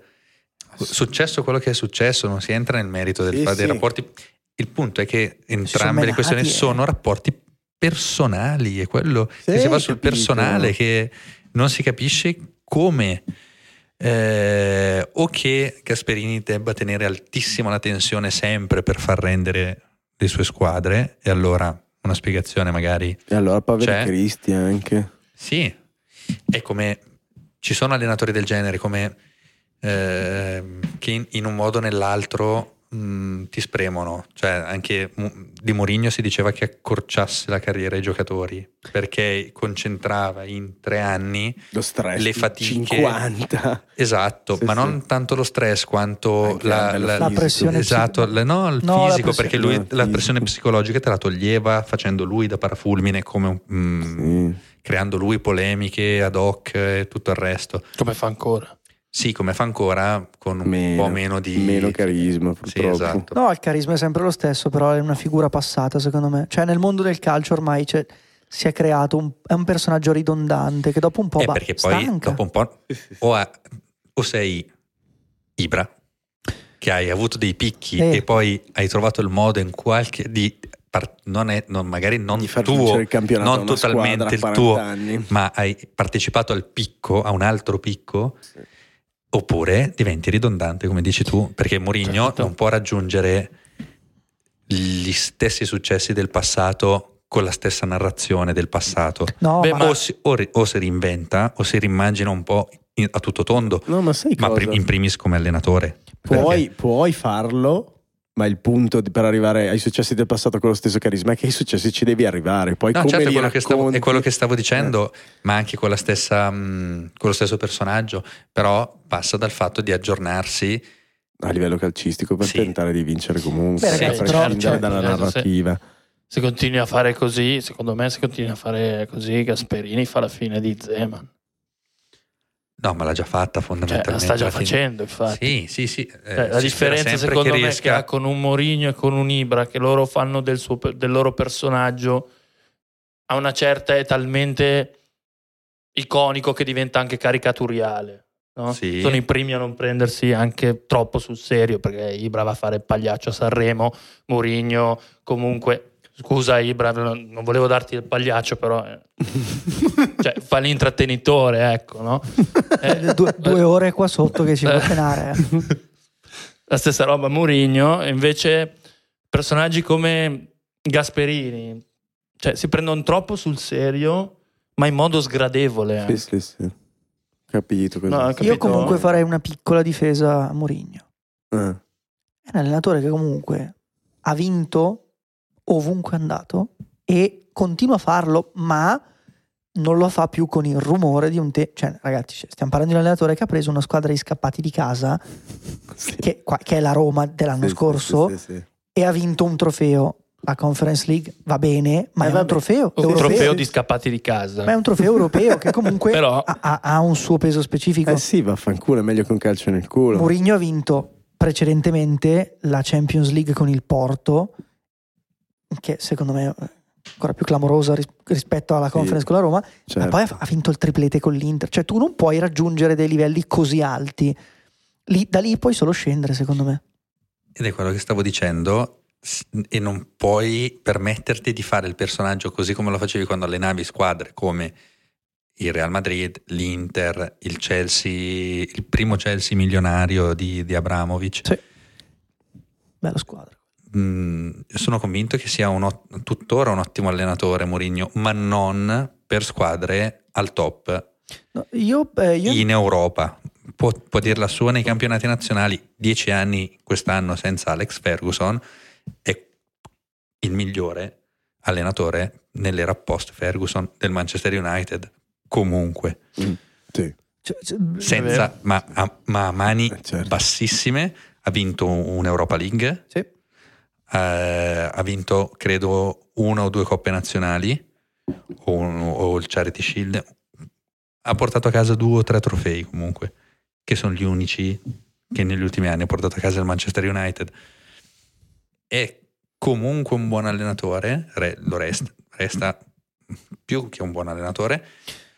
Speaker 3: Successo quello che è successo, non si entra nel merito del,
Speaker 4: Sì,
Speaker 3: dei
Speaker 4: sì.
Speaker 3: rapporti. Il punto è che
Speaker 1: sono
Speaker 3: entrambe
Speaker 1: menati,
Speaker 3: le questioni
Speaker 1: eh.
Speaker 3: sono rapporti personali. È quello
Speaker 4: Sì,
Speaker 3: che si va sul
Speaker 4: capito.
Speaker 3: personale che non si capisce come. eh, o che Gasperini debba tenere altissima la tensione sempre per far rendere le sue squadre e allora una spiegazione magari
Speaker 4: E allora Pavel
Speaker 3: C'è?
Speaker 4: Cristi anche.
Speaker 3: sì è come ci sono allenatori del genere come ehm, che in, in un modo o nell'altro mh, ti spremono cioè anche Mu- di Mourinho si diceva che accorciasse la carriera ai giocatori perché concentrava in tre anni
Speaker 4: Lo stress.
Speaker 3: Le
Speaker 4: di
Speaker 3: fatiche.
Speaker 4: 50.
Speaker 3: esatto
Speaker 4: Sì,
Speaker 3: ma
Speaker 4: sì.
Speaker 3: non tanto lo stress quanto
Speaker 4: Anche
Speaker 3: la,
Speaker 4: bello
Speaker 3: la-
Speaker 1: La
Speaker 4: fisico.
Speaker 1: pressione
Speaker 3: Esatto,
Speaker 1: psico-
Speaker 3: le- no, il
Speaker 1: No, la
Speaker 3: fisico,
Speaker 1: pressione-
Speaker 3: perché lui
Speaker 4: no, il
Speaker 3: la pressione
Speaker 4: fisico.
Speaker 3: psicologica te la toglieva facendo lui da parafulmine, come un- mm,
Speaker 4: Sì.
Speaker 3: creando lui polemiche ad hoc e tutto il resto.
Speaker 5: Come fa ancora?
Speaker 3: Sì, come fa ancora, con un
Speaker 4: Meno.
Speaker 3: po' meno di...
Speaker 4: Meno carisma,
Speaker 3: Sì,
Speaker 4: purtroppo.
Speaker 3: esatto.
Speaker 1: No, il carisma è sempre lo stesso, però è una figura passata, secondo me. Cioè, nel mondo del calcio ormai c'è- si è creato un, è un personaggio ridondante che dopo un po'
Speaker 3: Eh,
Speaker 1: va-
Speaker 3: perché poi
Speaker 1: stanca.
Speaker 3: dopo un po' o, ha- o sei Ibra, che hai avuto dei picchi
Speaker 1: Eh.
Speaker 3: e poi hai trovato il modo in qualche... di par- non è, non- magari non
Speaker 4: Di far
Speaker 3: tuo,
Speaker 4: vincere il campionato a
Speaker 3: non
Speaker 4: una
Speaker 3: totalmente il
Speaker 4: squadra a
Speaker 3: tuo,
Speaker 4: 40 anni.
Speaker 3: ma hai partecipato al picco, a un altro picco,
Speaker 4: Sì.
Speaker 3: oppure diventi ridondante, come dici tu, perché Mourinho
Speaker 5: Certo.
Speaker 3: non può raggiungere gli stessi successi del passato con la stessa narrazione del passato.
Speaker 1: No,
Speaker 5: Beh,
Speaker 1: ma,
Speaker 5: ma-
Speaker 3: O si, o ri- o si reinventa o si rimmagina un po' in- a tutto tondo,
Speaker 4: No, ma sai
Speaker 3: ma
Speaker 4: cosa?
Speaker 3: pri- in primis come allenatore.
Speaker 4: puoi,
Speaker 3: Perché-
Speaker 4: puoi farlo, ma il punto di- per arrivare ai successi del passato con lo stesso carisma è che ai successi ci devi arrivare. Poi
Speaker 3: No,
Speaker 4: come
Speaker 3: certo, è
Speaker 4: li
Speaker 3: quello, che stavo, è
Speaker 4: racconti-
Speaker 3: quello che stavo dicendo, ma anche con, la stessa, mh, con lo stesso personaggio, però passa dal fatto di aggiornarsi
Speaker 4: a livello calcistico per
Speaker 3: Sì.
Speaker 4: tentare di vincere comunque,
Speaker 1: Beh,
Speaker 4: a
Speaker 1: ragazzi, però-
Speaker 4: prescindere
Speaker 5: certo,
Speaker 1: cioè,
Speaker 4: dalla
Speaker 5: adesso se-
Speaker 4: narrativa.
Speaker 5: Se continui a fare così, secondo me, se continui a fare così, Gasperini fa la fine di Zeman.
Speaker 3: No, ma l'ha già fatta
Speaker 5: Cioè,
Speaker 3: fondamentalmente.
Speaker 5: la sta già
Speaker 3: alla fine.
Speaker 5: facendo,
Speaker 3: Sì,
Speaker 5: infatti.
Speaker 3: sì, sì. eh,
Speaker 5: Cioè, la
Speaker 3: si spera
Speaker 5: differenza
Speaker 3: sempre
Speaker 5: secondo me
Speaker 3: riesca-
Speaker 5: che ha con un Mourinho e con un Ibra che loro fanno del, suo- del loro personaggio a una certa è talmente iconico che diventa anche caricaturiale no?
Speaker 3: Sì.
Speaker 5: sono i primi a non prendersi anche troppo sul serio perché Ibra va a fare il pagliaccio a Sanremo Mourinho comunque scusa Ibra non non volevo darti il pagliaccio però eh, cioè, fa l'intrattenitore ecco no? Eh,
Speaker 1: due, due ore qua sotto che ci può
Speaker 5: Eh.
Speaker 1: penare. eh.
Speaker 5: la stessa roba Mourinho, e invece personaggi come Gasperini, cioè si prendono troppo sul serio, ma in modo sgradevole. anche.
Speaker 4: Sì, sì, sì. Capito. cosa
Speaker 5: No,
Speaker 4: dici.
Speaker 5: capito.
Speaker 1: Io comunque farei una piccola difesa a Mourinho.
Speaker 4: Eh.
Speaker 1: È un allenatore che comunque ha vinto ovunque è andato e continua a farlo, ma non lo fa più con il rumore di un te. Cioè, ragazzi, cioè, stiamo parlando di un allenatore che ha preso una squadra di scappati di casa,
Speaker 4: Sì.
Speaker 1: che, qua- che è la Roma
Speaker 4: Sì,
Speaker 1: dell'anno
Speaker 4: sì,
Speaker 1: scorso,
Speaker 4: sì, sì, sì.
Speaker 1: e ha vinto un trofeo. La Conference League va bene, ma
Speaker 4: Eh,
Speaker 1: è
Speaker 4: vabbè.
Speaker 1: un trofeo
Speaker 5: Un
Speaker 1: europeo.
Speaker 5: trofeo di scappati di casa.
Speaker 1: Ma è un trofeo europeo che comunque
Speaker 5: Però-
Speaker 1: ha, ha- ha un suo peso specifico.
Speaker 4: Eh sì, vaffanculo, è meglio che un calcio nel culo.
Speaker 1: Mourinho ha vinto precedentemente la Champions League con il Porto, che secondo me è ancora più clamorosa ris- rispetto alla
Speaker 4: Sì,
Speaker 1: conference con la Roma,
Speaker 4: Certo.
Speaker 1: ma poi ha ha vinto il triplete con l'Inter. Cioè, tu non puoi raggiungere dei livelli così alti. Lì- da lì puoi solo scendere, secondo me.
Speaker 3: Ed è quello che stavo dicendo, s- e non puoi permetterti di fare il personaggio così come lo facevi quando allenavi squadre come il Real Madrid, l'Inter, il Chelsea, il primo Chelsea milionario di, di Abramovic.
Speaker 1: Sì. Bella squadra.
Speaker 3: Mm, sono convinto che sia un ot- tuttora un ottimo allenatore Mourinho, ma non per squadre al top
Speaker 1: No, io, eh, io-
Speaker 3: in Europa. Può, può dire la sua nei campionati nazionali. Dieci anni quest'anno senza Alex Ferguson è il migliore allenatore nell'era post Ferguson del Manchester United. Comunque,
Speaker 4: Sì.
Speaker 1: cioè, cioè,
Speaker 3: senza, ma, a, ma a mani
Speaker 4: Eh, certo.
Speaker 3: bassissime, ha vinto un'Europa League,
Speaker 1: sì.
Speaker 3: eh, ha vinto credo una o due coppe nazionali. o, un- o il Charity Shield, ha portato a casa due o tre trofei comunque, che sono gli unici che negli ultimi anni ha portato a casa il Manchester United. È comunque un buon allenatore, re- lo resta, resta più che un buon allenatore.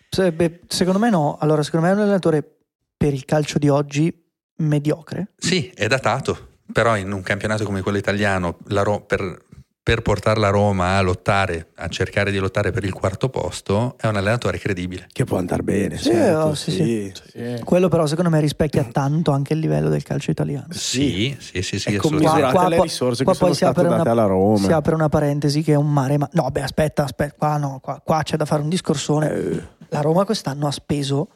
Speaker 1: Se- beh, secondo me no. Allora, secondo me è un allenatore per il calcio di oggi mediocre.
Speaker 3: Sì, è datato, però in un campionato come quello italiano, la Ro- per, per portare la Roma a lottare, a cercare di lottare per il quarto posto, è un allenatore credibile.
Speaker 4: Che può andare bene,
Speaker 1: Sì,
Speaker 4: certo,
Speaker 1: oh, sì, sì.
Speaker 5: Sì.
Speaker 1: Quello però secondo me rispecchia tanto anche il livello del calcio italiano.
Speaker 3: Sì, sì, sì, sì,
Speaker 4: È
Speaker 3: assolutamente.
Speaker 4: commisurate
Speaker 1: Qua- qua-
Speaker 4: le risorse
Speaker 1: qua
Speaker 4: che sono
Speaker 1: poi si apre
Speaker 4: state date
Speaker 1: una-
Speaker 4: alla Roma.
Speaker 1: Si apre una parentesi che è un mare, ma no, beh, aspetta, aspetta, qua no, qua, qua c'è da fare un
Speaker 4: Eh.
Speaker 1: discorsone. La Roma quest'anno ha speso,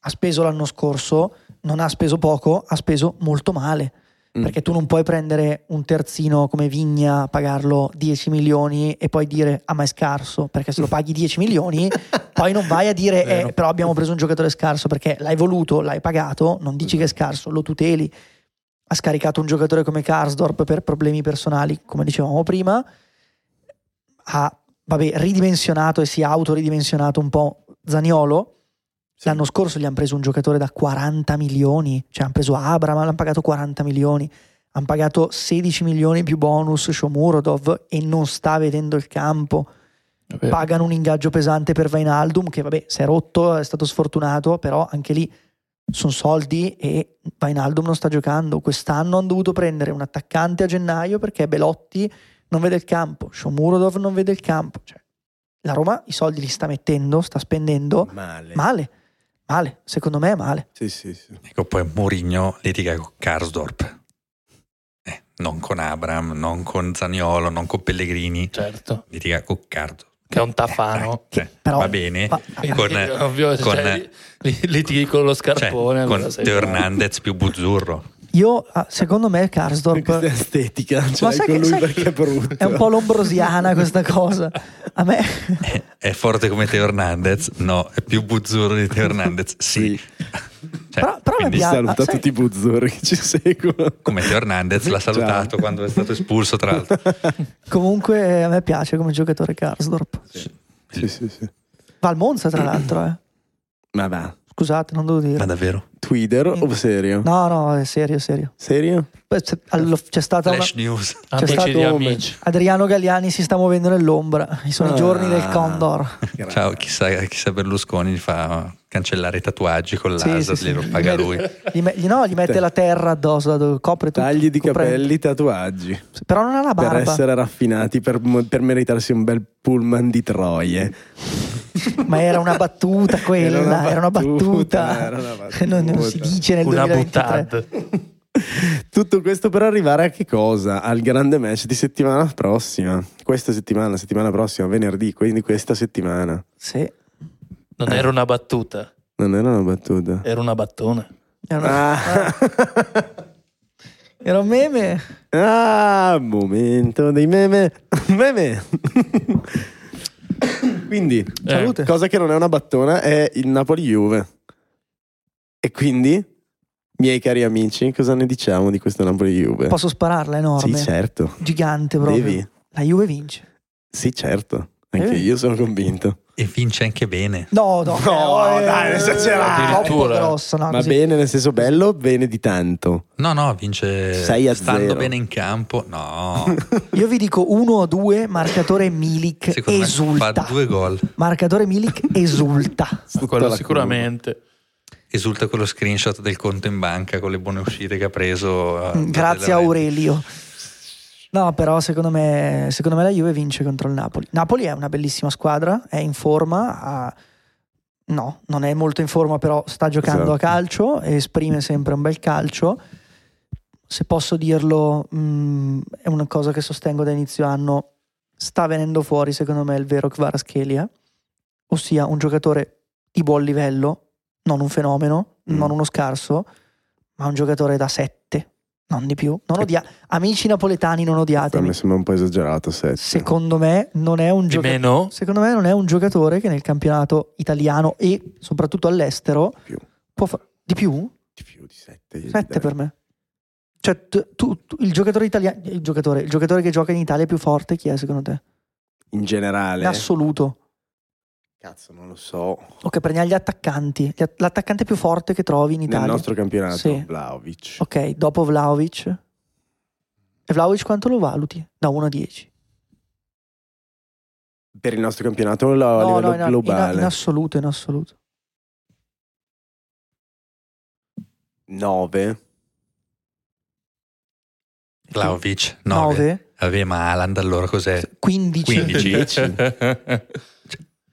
Speaker 1: ha speso l'anno scorso, non ha speso poco, ha speso molto male.
Speaker 4: Mm.
Speaker 1: Perché tu non puoi prendere un terzino come Vigna, pagarlo 10 milioni e poi dire ah ma è scarso, perché se lo paghi 10 milioni poi non vai a dire
Speaker 3: Vero.
Speaker 1: "Eh, però abbiamo preso un giocatore scarso perché l'hai voluto, l'hai pagato, non
Speaker 4: Esatto.
Speaker 1: dici che è scarso, lo tuteli. Ha scaricato un giocatore come Karsdorp per problemi personali, come dicevamo prima, ha vabbè, ridimensionato e si è autoridimensionato un po' Zaniolo.
Speaker 4: Sì.
Speaker 1: L'anno scorso gli hanno preso un giocatore da 40 milioni, cioè hanno preso Abram, l'hanno pagato 40 milioni, hanno pagato 16 milioni più bonus Shomurodov e non sta vedendo il campo.
Speaker 5: Vabbè.
Speaker 1: Pagano un ingaggio pesante per Vainaldum che vabbè si è rotto, è stato sfortunato, però anche lì sono soldi e Vainaldum non sta giocando. Quest'anno hanno dovuto prendere un attaccante a gennaio perché Belotti non vede il campo, Shomurodov non vede il campo. Cioè, la Roma i soldi li sta mettendo, sta spendendo
Speaker 4: Male.
Speaker 1: male, male, secondo me è male.
Speaker 4: Sì, sì, sì.
Speaker 3: Ecco, poi Mourinho litiga con Karsdorp. Eh, non con Abram, non con Zaniolo, non con Pellegrini,
Speaker 5: Certo,
Speaker 3: litiga con Karsdorp.
Speaker 5: che è un tafano.
Speaker 3: Cioè,
Speaker 1: Però-
Speaker 3: va bene.
Speaker 1: Ma-
Speaker 4: Eh,
Speaker 3: Con-
Speaker 5: Quindi, ovvio,
Speaker 3: con-
Speaker 5: cioè, li, litighi con lo
Speaker 3: Cioè,
Speaker 5: scarpone. allora
Speaker 3: con
Speaker 5: sei
Speaker 3: Teo
Speaker 5: fatto.
Speaker 3: Hernandez più Buzzurro.
Speaker 1: io, ah, secondo me,
Speaker 4: Questa
Speaker 1: Karsdorp
Speaker 4: estetica, cioè,
Speaker 1: sai
Speaker 4: con
Speaker 1: che-
Speaker 4: lui
Speaker 1: sai
Speaker 4: perché
Speaker 1: che
Speaker 4: è brutto.
Speaker 1: è un po' lombrosiana questa cosa. A me,
Speaker 3: È forte come Teo Hernandez? No, è più Buzzurro di Teo Hernandez? Sì. Cioè,
Speaker 1: Però- però
Speaker 3: quindi
Speaker 1: mi piace.
Speaker 4: Saluta
Speaker 1: Ah, sai-
Speaker 4: tutti i buzzori che ci seguono.
Speaker 3: come Teo Hernandez l'ha salutato
Speaker 4: Ciao.
Speaker 3: quando è stato espulso, tra l'altro.
Speaker 1: comunque, a me piace come giocatore Karsdorp.
Speaker 4: Sì, sì, sì.
Speaker 1: Va al Monza, tra l'altro, eh.
Speaker 4: Ma va,
Speaker 1: scusate, non devo
Speaker 3: Ma
Speaker 1: dire.
Speaker 3: davvero?
Speaker 4: Twitter o serio?
Speaker 1: No, no, è serio, è serio.
Speaker 4: Serio?
Speaker 1: Beh, c'è- allo- c'è stata una...
Speaker 3: Flash news.
Speaker 5: Amici
Speaker 1: stato
Speaker 5: di
Speaker 4: un-
Speaker 5: amici.
Speaker 1: Adriano Galliani si sta muovendo nell'ombra. Sono
Speaker 4: Ah.
Speaker 1: i giorni del Condor.
Speaker 3: Ciao, chissà, chissà Berlusconi gli fa cancellare i tatuaggi con
Speaker 1: Sì,
Speaker 3: l'ASA,
Speaker 1: sì, sì.
Speaker 3: glielo paga lui.
Speaker 1: Gli, me- gli- no, gli mette la terra addosso, la do- copre tutto.
Speaker 4: Tagli di
Speaker 1: copre-
Speaker 4: capelli, tatuaggi.
Speaker 1: Però non ha la
Speaker 4: Per
Speaker 1: barba.
Speaker 4: essere raffinati, per, per meritarsi un bel pullman di troie.
Speaker 1: Ma era una battuta quella, era una, battuta.
Speaker 4: era una
Speaker 1: Che non, non si
Speaker 4: battuta.
Speaker 1: dice nel
Speaker 5: Una
Speaker 1: 2023.
Speaker 5: buttad.
Speaker 4: Tutto questo per arrivare a che cosa? Al grande match di settimana prossima. Questa settimana, settimana prossima, venerdì, quindi questa settimana.
Speaker 1: Sì,
Speaker 5: Non era una battuta,
Speaker 4: Non era una battuta.
Speaker 5: era una battona.
Speaker 1: era, una-
Speaker 4: Ah.
Speaker 1: era un meme.
Speaker 4: Ah, momento dei meme. Meme. Quindi,
Speaker 1: Salute.
Speaker 4: cosa che non è una battona è il Napoli-Juve. E quindi, miei cari amici, cosa ne diciamo di questo Napoli-Juve?
Speaker 1: Posso spararla
Speaker 4: Sì,
Speaker 1: enorme.
Speaker 4: certo.
Speaker 1: Gigante proprio.
Speaker 4: Devi.
Speaker 1: La Juve vince.
Speaker 4: Sì, certo. Anche
Speaker 1: Eh.
Speaker 4: io sono convinto.
Speaker 3: E vince anche bene.
Speaker 1: No, no. Eh, oh,
Speaker 4: No, dai, non esagerare.
Speaker 1: Troppo
Speaker 5: Addirittura.
Speaker 1: grosso, no,
Speaker 4: Ma
Speaker 1: Ah, così.
Speaker 4: bene nel senso bello, bene di tanto.
Speaker 3: No, no, vince
Speaker 4: 6 a
Speaker 3: stando
Speaker 4: 0.
Speaker 3: bene in campo. No,
Speaker 1: Io vi dico 1 o 2, marcatore Milik
Speaker 3: secondo
Speaker 1: esulta.
Speaker 3: me fa due gol.
Speaker 1: Marcatore Milik esulta.
Speaker 4: Tutta la
Speaker 5: Quello
Speaker 4: curva.
Speaker 5: sicuramente.
Speaker 3: Esulta quello screenshot del conto in banca con le buone uscite che ha preso. eh,
Speaker 1: Grazie a
Speaker 3: della-
Speaker 1: Aurelio. No, però secondo me, secondo me la Juve vince contro il Napoli. Napoli è una bellissima squadra, è in forma, ha- no, non è molto in forma, però sta giocando
Speaker 4: Esatto.
Speaker 1: a calcio, esprime sempre un bel calcio. Se posso dirlo, mh, è una cosa che sostengo da inizio anno, sta venendo fuori secondo me il vero Kvaratskhelia, ossia un giocatore di buon livello, non un fenomeno,
Speaker 4: Mm.
Speaker 1: non uno scarso, ma un giocatore da 7, non di più. Non odia- Amici napoletani, non
Speaker 4: Beh,
Speaker 1: odiatemi.
Speaker 4: Mi sembra un po' esagerato, sette.
Speaker 1: Secondo me non è un
Speaker 5: Di
Speaker 1: giocatore.
Speaker 5: meno?
Speaker 1: Secondo me non è un giocatore che nel campionato italiano e soprattutto all'estero
Speaker 4: Più.
Speaker 1: può fa- di più?
Speaker 4: Di più di sette. io
Speaker 1: 7
Speaker 4: direi.
Speaker 1: per me. Cioè, tu, tu- tu- il giocatore italiano, il giocatore, il giocatore che gioca in Italia è più forte, chi è secondo te?
Speaker 4: In generale.
Speaker 1: In assoluto.
Speaker 4: Cazzo, non lo so.
Speaker 1: Ok, prendiamo gli attaccanti. Gli att- L'attaccante più forte che trovi in Italia.
Speaker 4: Nel nostro campionato,
Speaker 1: Sì.
Speaker 4: Vlaovic.
Speaker 1: Ok, dopo Vlaovic. E Vlaovic quanto lo valuti? Da 1 a 10.
Speaker 4: Per il nostro campionato la- a livello
Speaker 1: in,
Speaker 4: globale.
Speaker 1: in- in assoluto, in assoluto.
Speaker 4: 9.
Speaker 3: Vlaovic 9.
Speaker 1: 9?
Speaker 3: Aveva Aland allora cos'è?
Speaker 1: 15.
Speaker 3: 15.
Speaker 5: Sì.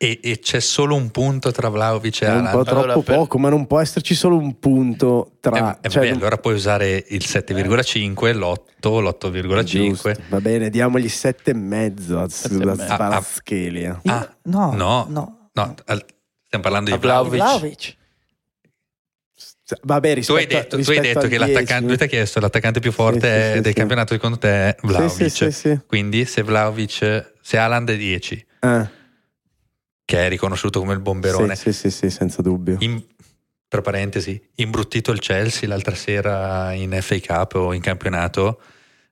Speaker 3: E, e c'è solo un punto tra Vlaovic e
Speaker 4: È un po'
Speaker 3: Aland.
Speaker 4: troppo
Speaker 5: Allora, per-
Speaker 4: poco, ma non può esserci solo un punto tra...
Speaker 3: Eh, eh,
Speaker 4: cioè,
Speaker 3: beh,
Speaker 4: non-
Speaker 3: allora puoi usare il 7,5, l'8, l'8,5.
Speaker 4: Giusto. Va bene, diamogli 7,5 a
Speaker 5: e
Speaker 4: sulla
Speaker 5: mezzo.
Speaker 4: Sparaschelia.
Speaker 1: Io-
Speaker 3: Ah,
Speaker 1: no,
Speaker 3: no.
Speaker 1: no.
Speaker 3: No, al- stiamo parlando di
Speaker 5: A Vlahovic.
Speaker 1: Vlaovic.
Speaker 4: Vabbè,
Speaker 3: Tu
Speaker 4: rispetto,
Speaker 3: hai
Speaker 4: a-
Speaker 3: detto, tu hai
Speaker 4: rispetto
Speaker 3: detto
Speaker 4: al
Speaker 3: che
Speaker 4: 10.
Speaker 3: l'attaccante, lui ti ha chiesto l'attaccante più forte
Speaker 4: Sì, sì, sì,
Speaker 3: del
Speaker 4: sì.
Speaker 3: campionato secondo te è Vlaovic.
Speaker 4: Sì, sì, sì, sì.
Speaker 3: Quindi se Vlaovic, se Aland è 10,
Speaker 4: Ah,
Speaker 3: che è riconosciuto come il bomberone,
Speaker 4: Sì, sì, sì, sì, senza dubbio.
Speaker 3: in- tra parentesi, imbruttito il Chelsea l'altra sera in FA Cup o in campionato,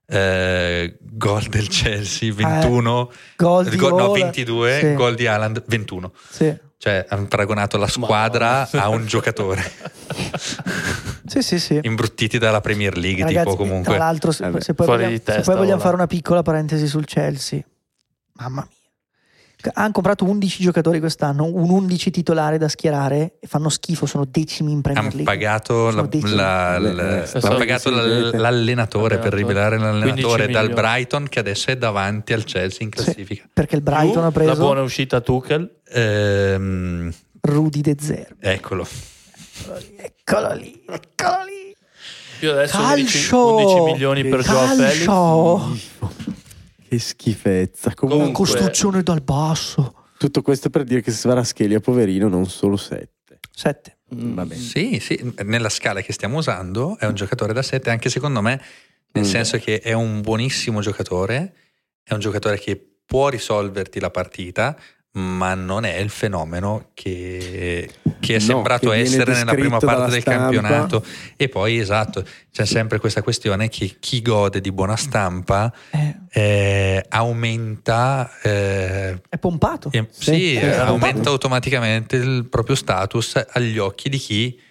Speaker 3: eh, gol del Chelsea 21,
Speaker 1: Eh, Gol di
Speaker 3: gol- no,
Speaker 1: Ola.
Speaker 3: 22,
Speaker 1: Sì,
Speaker 3: gol di Aland 21.
Speaker 1: Sì.
Speaker 3: Cioè hanno paragonato la squadra a un giocatore,
Speaker 1: sì, sì, sì.
Speaker 3: imbruttiti dalla Premier League
Speaker 1: Ragazzi,
Speaker 3: tipo
Speaker 1: tra
Speaker 3: comunque.
Speaker 1: l'altro, se,
Speaker 4: Vabbè.
Speaker 1: se poi,
Speaker 5: Eh, Fuori
Speaker 1: vogliamo,
Speaker 5: di testa,
Speaker 1: se poi vogliamo
Speaker 5: Ola.
Speaker 1: fare una piccola parentesi sul Chelsea, mamma mia, hanno comprato 11 giocatori quest'anno, un 11 titolare da schierare e fanno schifo, sono decimi in Premier
Speaker 3: Hanno
Speaker 1: League.
Speaker 3: pagato, la-
Speaker 1: Sono decimi.
Speaker 3: la-
Speaker 4: Vabbè,
Speaker 3: l-
Speaker 4: eh,
Speaker 3: hanno
Speaker 5: sta-
Speaker 3: pagato
Speaker 4: sì,
Speaker 3: l'al-
Speaker 4: vedete.
Speaker 3: l'allenatore per
Speaker 5: Allenatore.
Speaker 3: rivelare
Speaker 5: 15
Speaker 3: l'allenatore dal
Speaker 5: milioni.
Speaker 3: Brighton che adesso è davanti al Chelsea in
Speaker 1: Sì,
Speaker 3: classifica.
Speaker 1: perché il Brighton
Speaker 5: Più
Speaker 1: ha
Speaker 5: La buona
Speaker 1: preso
Speaker 5: uscita a Tuchel.
Speaker 3: Ehm,
Speaker 1: Rudy De Zerbi.
Speaker 3: eccolo.
Speaker 1: Eccolo lì, eccolo lì.
Speaker 5: Più adesso 11,
Speaker 1: Calcio!
Speaker 5: 11 milioni per Joao Felix.
Speaker 1: Calcio!
Speaker 4: Che schifezza.
Speaker 1: La
Speaker 4: Comunque,
Speaker 5: Comunque-
Speaker 1: costruzione dal basso.
Speaker 4: tutto questo per dire che Svaraschelia, poverino, non solo 7.
Speaker 1: 7.
Speaker 5: Mm.
Speaker 4: Va bene.
Speaker 3: Sì, sì, nella scala che stiamo usando è un giocatore da 7, anche secondo me, nel
Speaker 4: Mm.
Speaker 3: senso che è un buonissimo giocatore, è un giocatore che può risolverti la partita, ma non è il fenomeno che, che è
Speaker 4: No,
Speaker 3: sembrato
Speaker 4: che viene
Speaker 3: essere nella prima
Speaker 4: descritto
Speaker 3: parte
Speaker 4: dalla
Speaker 3: del
Speaker 4: stampa.
Speaker 3: campionato. E poi, esatto, c'è sempre questa questione che chi gode di buona stampa
Speaker 1: Eh,
Speaker 3: eh, aumenta... eh,
Speaker 1: è pompato.
Speaker 3: e-
Speaker 4: Sì,
Speaker 3: sì,
Speaker 4: sì,
Speaker 3: eh,
Speaker 5: sì.
Speaker 3: aumenta automaticamente il proprio status agli occhi di chi,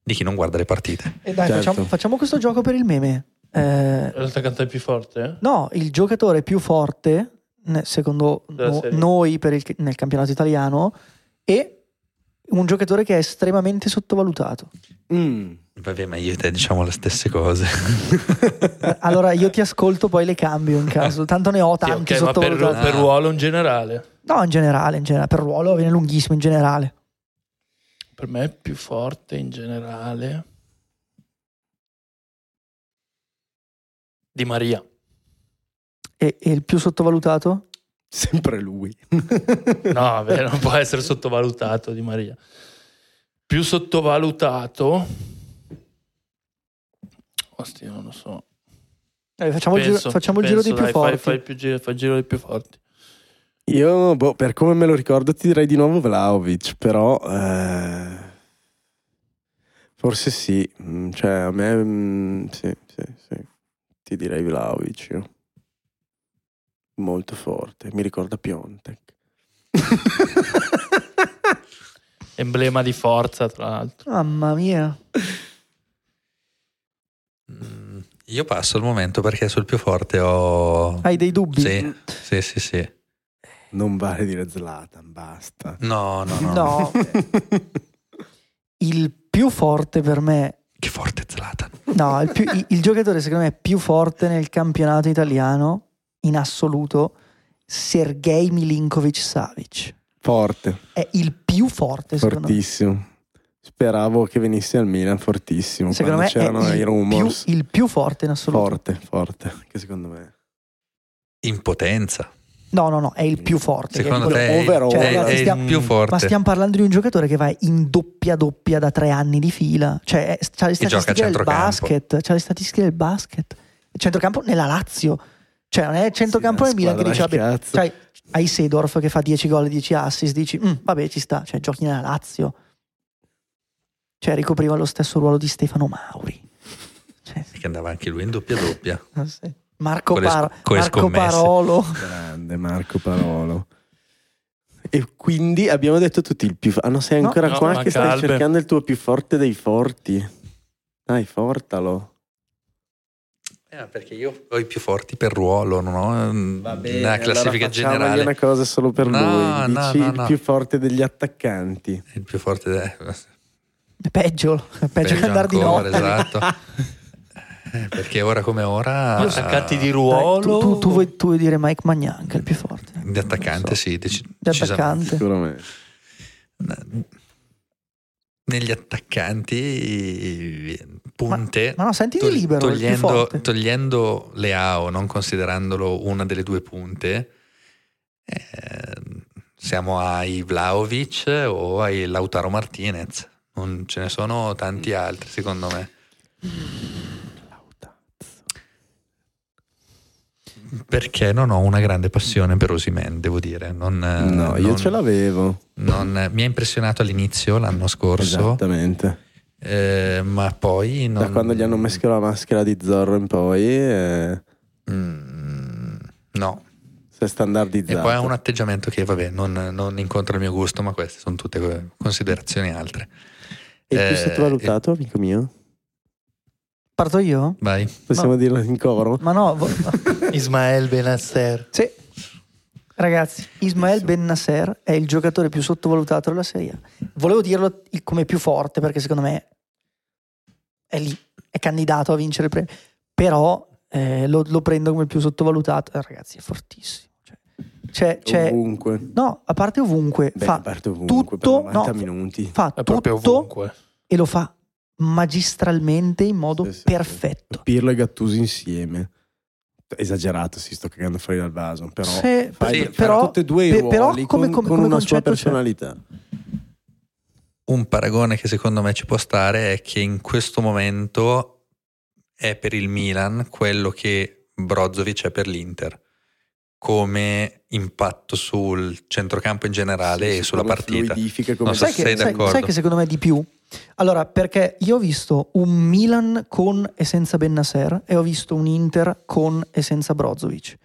Speaker 3: di chi non guarda le partite.
Speaker 1: E dai,
Speaker 4: Certo.
Speaker 1: facciamo, facciamo questo gioco per il meme. Eh,
Speaker 5: L'attaccante più forte? eh?
Speaker 1: No, il giocatore più forte, ne- secondo
Speaker 5: Della
Speaker 1: no-
Speaker 5: serie.
Speaker 1: noi per il- nel campionato italiano, è un giocatore che è estremamente sottovalutato.
Speaker 4: Mm.
Speaker 3: Vabbè, ma io e te diciamo le stesse cose.
Speaker 1: Eh, Allora io ti ascolto, poi le cambio in caso. Tanto ne ho
Speaker 5: Sì,
Speaker 1: tanti Ah.
Speaker 5: ok, ma per,
Speaker 1: sottovalutati.
Speaker 5: per ruolo in generale.
Speaker 1: No, in generale, in generale, per ruolo viene lunghissimo in generale.
Speaker 5: Per me è più forte in generale. Di Maria.
Speaker 1: E, e il più sottovalutato?
Speaker 4: Sempre lui.
Speaker 5: No, vabbè, non può essere sottovalutato Di Maria. Più sottovalutato. Ostia, non lo so.
Speaker 1: Eh, facciamo il
Speaker 5: Penso-
Speaker 1: giro, facciamo il giro
Speaker 5: penso,
Speaker 1: dei più
Speaker 5: dai,
Speaker 1: forti.
Speaker 5: Fai, fai il più giro, fai il giro dei più forti.
Speaker 4: Io, boh, per come me lo ricordo, ti direi di nuovo Vlaovic, però eh, forse sì, Mm, cioè a me mm, sì, sì, sì, ti direi Vlaovic, io. molto forte, mi ricorda Piontek.
Speaker 5: Emblema di forza, tra l'altro.
Speaker 1: Mamma mia.
Speaker 3: Mm, Io passo il momento perché sul più forte ho.
Speaker 1: Hai dei dubbi?
Speaker 3: Sì, sì, sì, sì.
Speaker 4: Non vale dire Zlatan, basta.
Speaker 3: No, no, no.
Speaker 1: No. Il più forte per me
Speaker 3: Che forte Zlatan.
Speaker 1: No, il, più- il- il giocatore secondo me più forte nel campionato italiano in assoluto, Sergei Milinkovic Savic.
Speaker 4: Forte,
Speaker 1: È il più forte secondo
Speaker 4: fortissimo. Speravo che venisse al Milan, fortissimo.
Speaker 1: me. Secondo me
Speaker 4: quando
Speaker 1: è
Speaker 4: c'erano i
Speaker 1: il più,
Speaker 4: rumors.
Speaker 1: il più forte in assoluto.
Speaker 4: Forte, forte, che secondo me.
Speaker 3: In potenza.
Speaker 1: No, no, no, è il più forte.
Speaker 3: Secondo
Speaker 1: Cioè,
Speaker 3: te è,
Speaker 4: overall,
Speaker 3: è-
Speaker 1: cioè, ragazzi,
Speaker 3: è il
Speaker 1: stiamo-
Speaker 3: più forte.
Speaker 1: Ma stiamo parlando di un giocatore che va in doppia doppia da tre anni di fila. Cioè, è- c'ha le
Speaker 3: gioca a
Speaker 1: statistiche del
Speaker 3: centrocampo.
Speaker 1: basket. C'ha le statistiche del basket. Il centrocampo nella Lazio. Cioè, non è il centrocampo
Speaker 4: Sì,
Speaker 1: nel Milan che
Speaker 4: squadra
Speaker 1: dice,
Speaker 4: del
Speaker 1: vabbè,
Speaker 4: cazzo.
Speaker 1: Sai, Cioè, hai Sedorf che fa 10 gol e 10 assist, dici, "Mm, vabbè, ci sta, cioè giochi nella Lazio. Cioè, ricopriva lo stesso ruolo di Stefano Mauri. Cioè,
Speaker 3: Che andava anche lui in doppia doppia.
Speaker 1: sì. Marco,
Speaker 3: Con le sc-
Speaker 1: Par-
Speaker 3: con le
Speaker 1: Marco
Speaker 3: scommesse.
Speaker 1: Parolo.
Speaker 4: Grande Marco Parolo. E quindi abbiamo detto tutti il più. fo- Ah, no, sei
Speaker 1: No,
Speaker 4: ancora
Speaker 5: no,
Speaker 4: qua
Speaker 5: ma
Speaker 4: che stai
Speaker 5: calme.
Speaker 4: cercando il tuo più forte dei forti. Dai, fortalo.
Speaker 3: Eh, perché io ho i più forti per ruolo, non ho una classifica generale.
Speaker 4: una cosa solo per
Speaker 3: No,
Speaker 4: lui.
Speaker 3: no,
Speaker 4: Dici
Speaker 3: no,
Speaker 4: il
Speaker 3: no.
Speaker 4: più forte degli attaccanti.
Speaker 3: Il più forte è
Speaker 1: È peggio, è peggio che
Speaker 3: peggio
Speaker 1: andare di
Speaker 3: ancora,
Speaker 1: notte.
Speaker 3: esatto. Eh, perché ora come ora...
Speaker 5: Ah,
Speaker 3: eh,
Speaker 5: attaccati di
Speaker 1: Dai,
Speaker 5: ruolo.
Speaker 1: tu, tu- tu vuoi, tu vuoi dire Mike Magnan, che è il più forte.
Speaker 3: Di attaccante, sì. deci-
Speaker 1: Di
Speaker 3: decisamente.
Speaker 1: attaccante.
Speaker 4: Sicuramente.
Speaker 3: Negli attaccanti, eh, punte...
Speaker 1: Ma no, sentiti
Speaker 3: tog-
Speaker 1: libero, è il più
Speaker 3: togliendo,
Speaker 1: forte.
Speaker 3: togliendo Leao, non considerandolo una delle due punte, eh, siamo ai Vlaovic o ai Lautaro Martinez. Non ce ne sono tanti altri, secondo me. Perché non ho una grande passione per Osimen, devo dire. Non, eh,
Speaker 4: No, io
Speaker 3: non-
Speaker 4: ce l'avevo.
Speaker 3: non- eh, mi ha impressionato all'inizio l'anno scorso,
Speaker 4: Esattamente.
Speaker 3: eh, ma poi. Non,
Speaker 4: Esatto. Da quando gli hanno messo la maschera di Zorro in poi, eh,
Speaker 3: Mm, no,
Speaker 4: si è standardizzato.
Speaker 3: E poi ha un atteggiamento che, vabbè, non, non incontra il mio gusto, ma queste sono tutte eh, considerazioni altre.
Speaker 4: E il più
Speaker 3: eh,
Speaker 4: sottovalutato, amico mio?
Speaker 1: Parto io?
Speaker 3: Vai.
Speaker 4: Possiamo dirlo in coro?
Speaker 1: Ma no, vo-
Speaker 5: Ismael Benasser.
Speaker 1: sì. Ragazzi, Ismael Ben Nasser è il giocatore più sottovalutato della Serie A. Volevo dirlo il- come più forte perché secondo me è lì, è candidato a vincere il premio. Però eh, lo, lo prendo come il più sottovalutato. Eh, Ragazzi, è fortissimo. Cioè, c'è- c'è-
Speaker 4: Ovunque.
Speaker 1: Cioè, no, a parte ovunque,
Speaker 4: Beh,
Speaker 1: fa,
Speaker 4: a parte ovunque,
Speaker 1: tutto-
Speaker 4: per 90
Speaker 1: no,
Speaker 4: minuti.
Speaker 1: fa
Speaker 5: È proprio
Speaker 1: tutto
Speaker 5: ovunque.
Speaker 1: e lo fa magistralmente in modo
Speaker 4: Sì, sì, sì.
Speaker 1: perfetto.
Speaker 4: Pirlo e Gattuso insieme. Esagerato, si sto cagando fuori dal vaso, però
Speaker 1: Se-
Speaker 4: fai-
Speaker 3: Sì,
Speaker 4: fai
Speaker 1: Cioè, però-
Speaker 4: tutte e due i
Speaker 1: pe-
Speaker 4: ruoli
Speaker 1: però come-
Speaker 4: con,
Speaker 1: come-
Speaker 4: con
Speaker 1: come
Speaker 4: una sua
Speaker 1: concetto c'è.
Speaker 4: personalità.
Speaker 3: Un paragone che secondo me ci può stare è che in questo momento è per il Milan quello che Brozovic è per l'Inter, come impatto sul centrocampo in generale
Speaker 4: Sì,
Speaker 3: e
Speaker 4: sì,
Speaker 3: sulla
Speaker 4: come
Speaker 3: partita.
Speaker 4: fluidifica, come
Speaker 3: Non so
Speaker 1: Sai
Speaker 3: se
Speaker 1: che,
Speaker 3: sei
Speaker 1: sai-
Speaker 3: d'accordo.
Speaker 1: sai che secondo me di più? Allora, perché io ho visto un Milan con e senza Bennasser e ho visto un Inter con e senza Brozovic.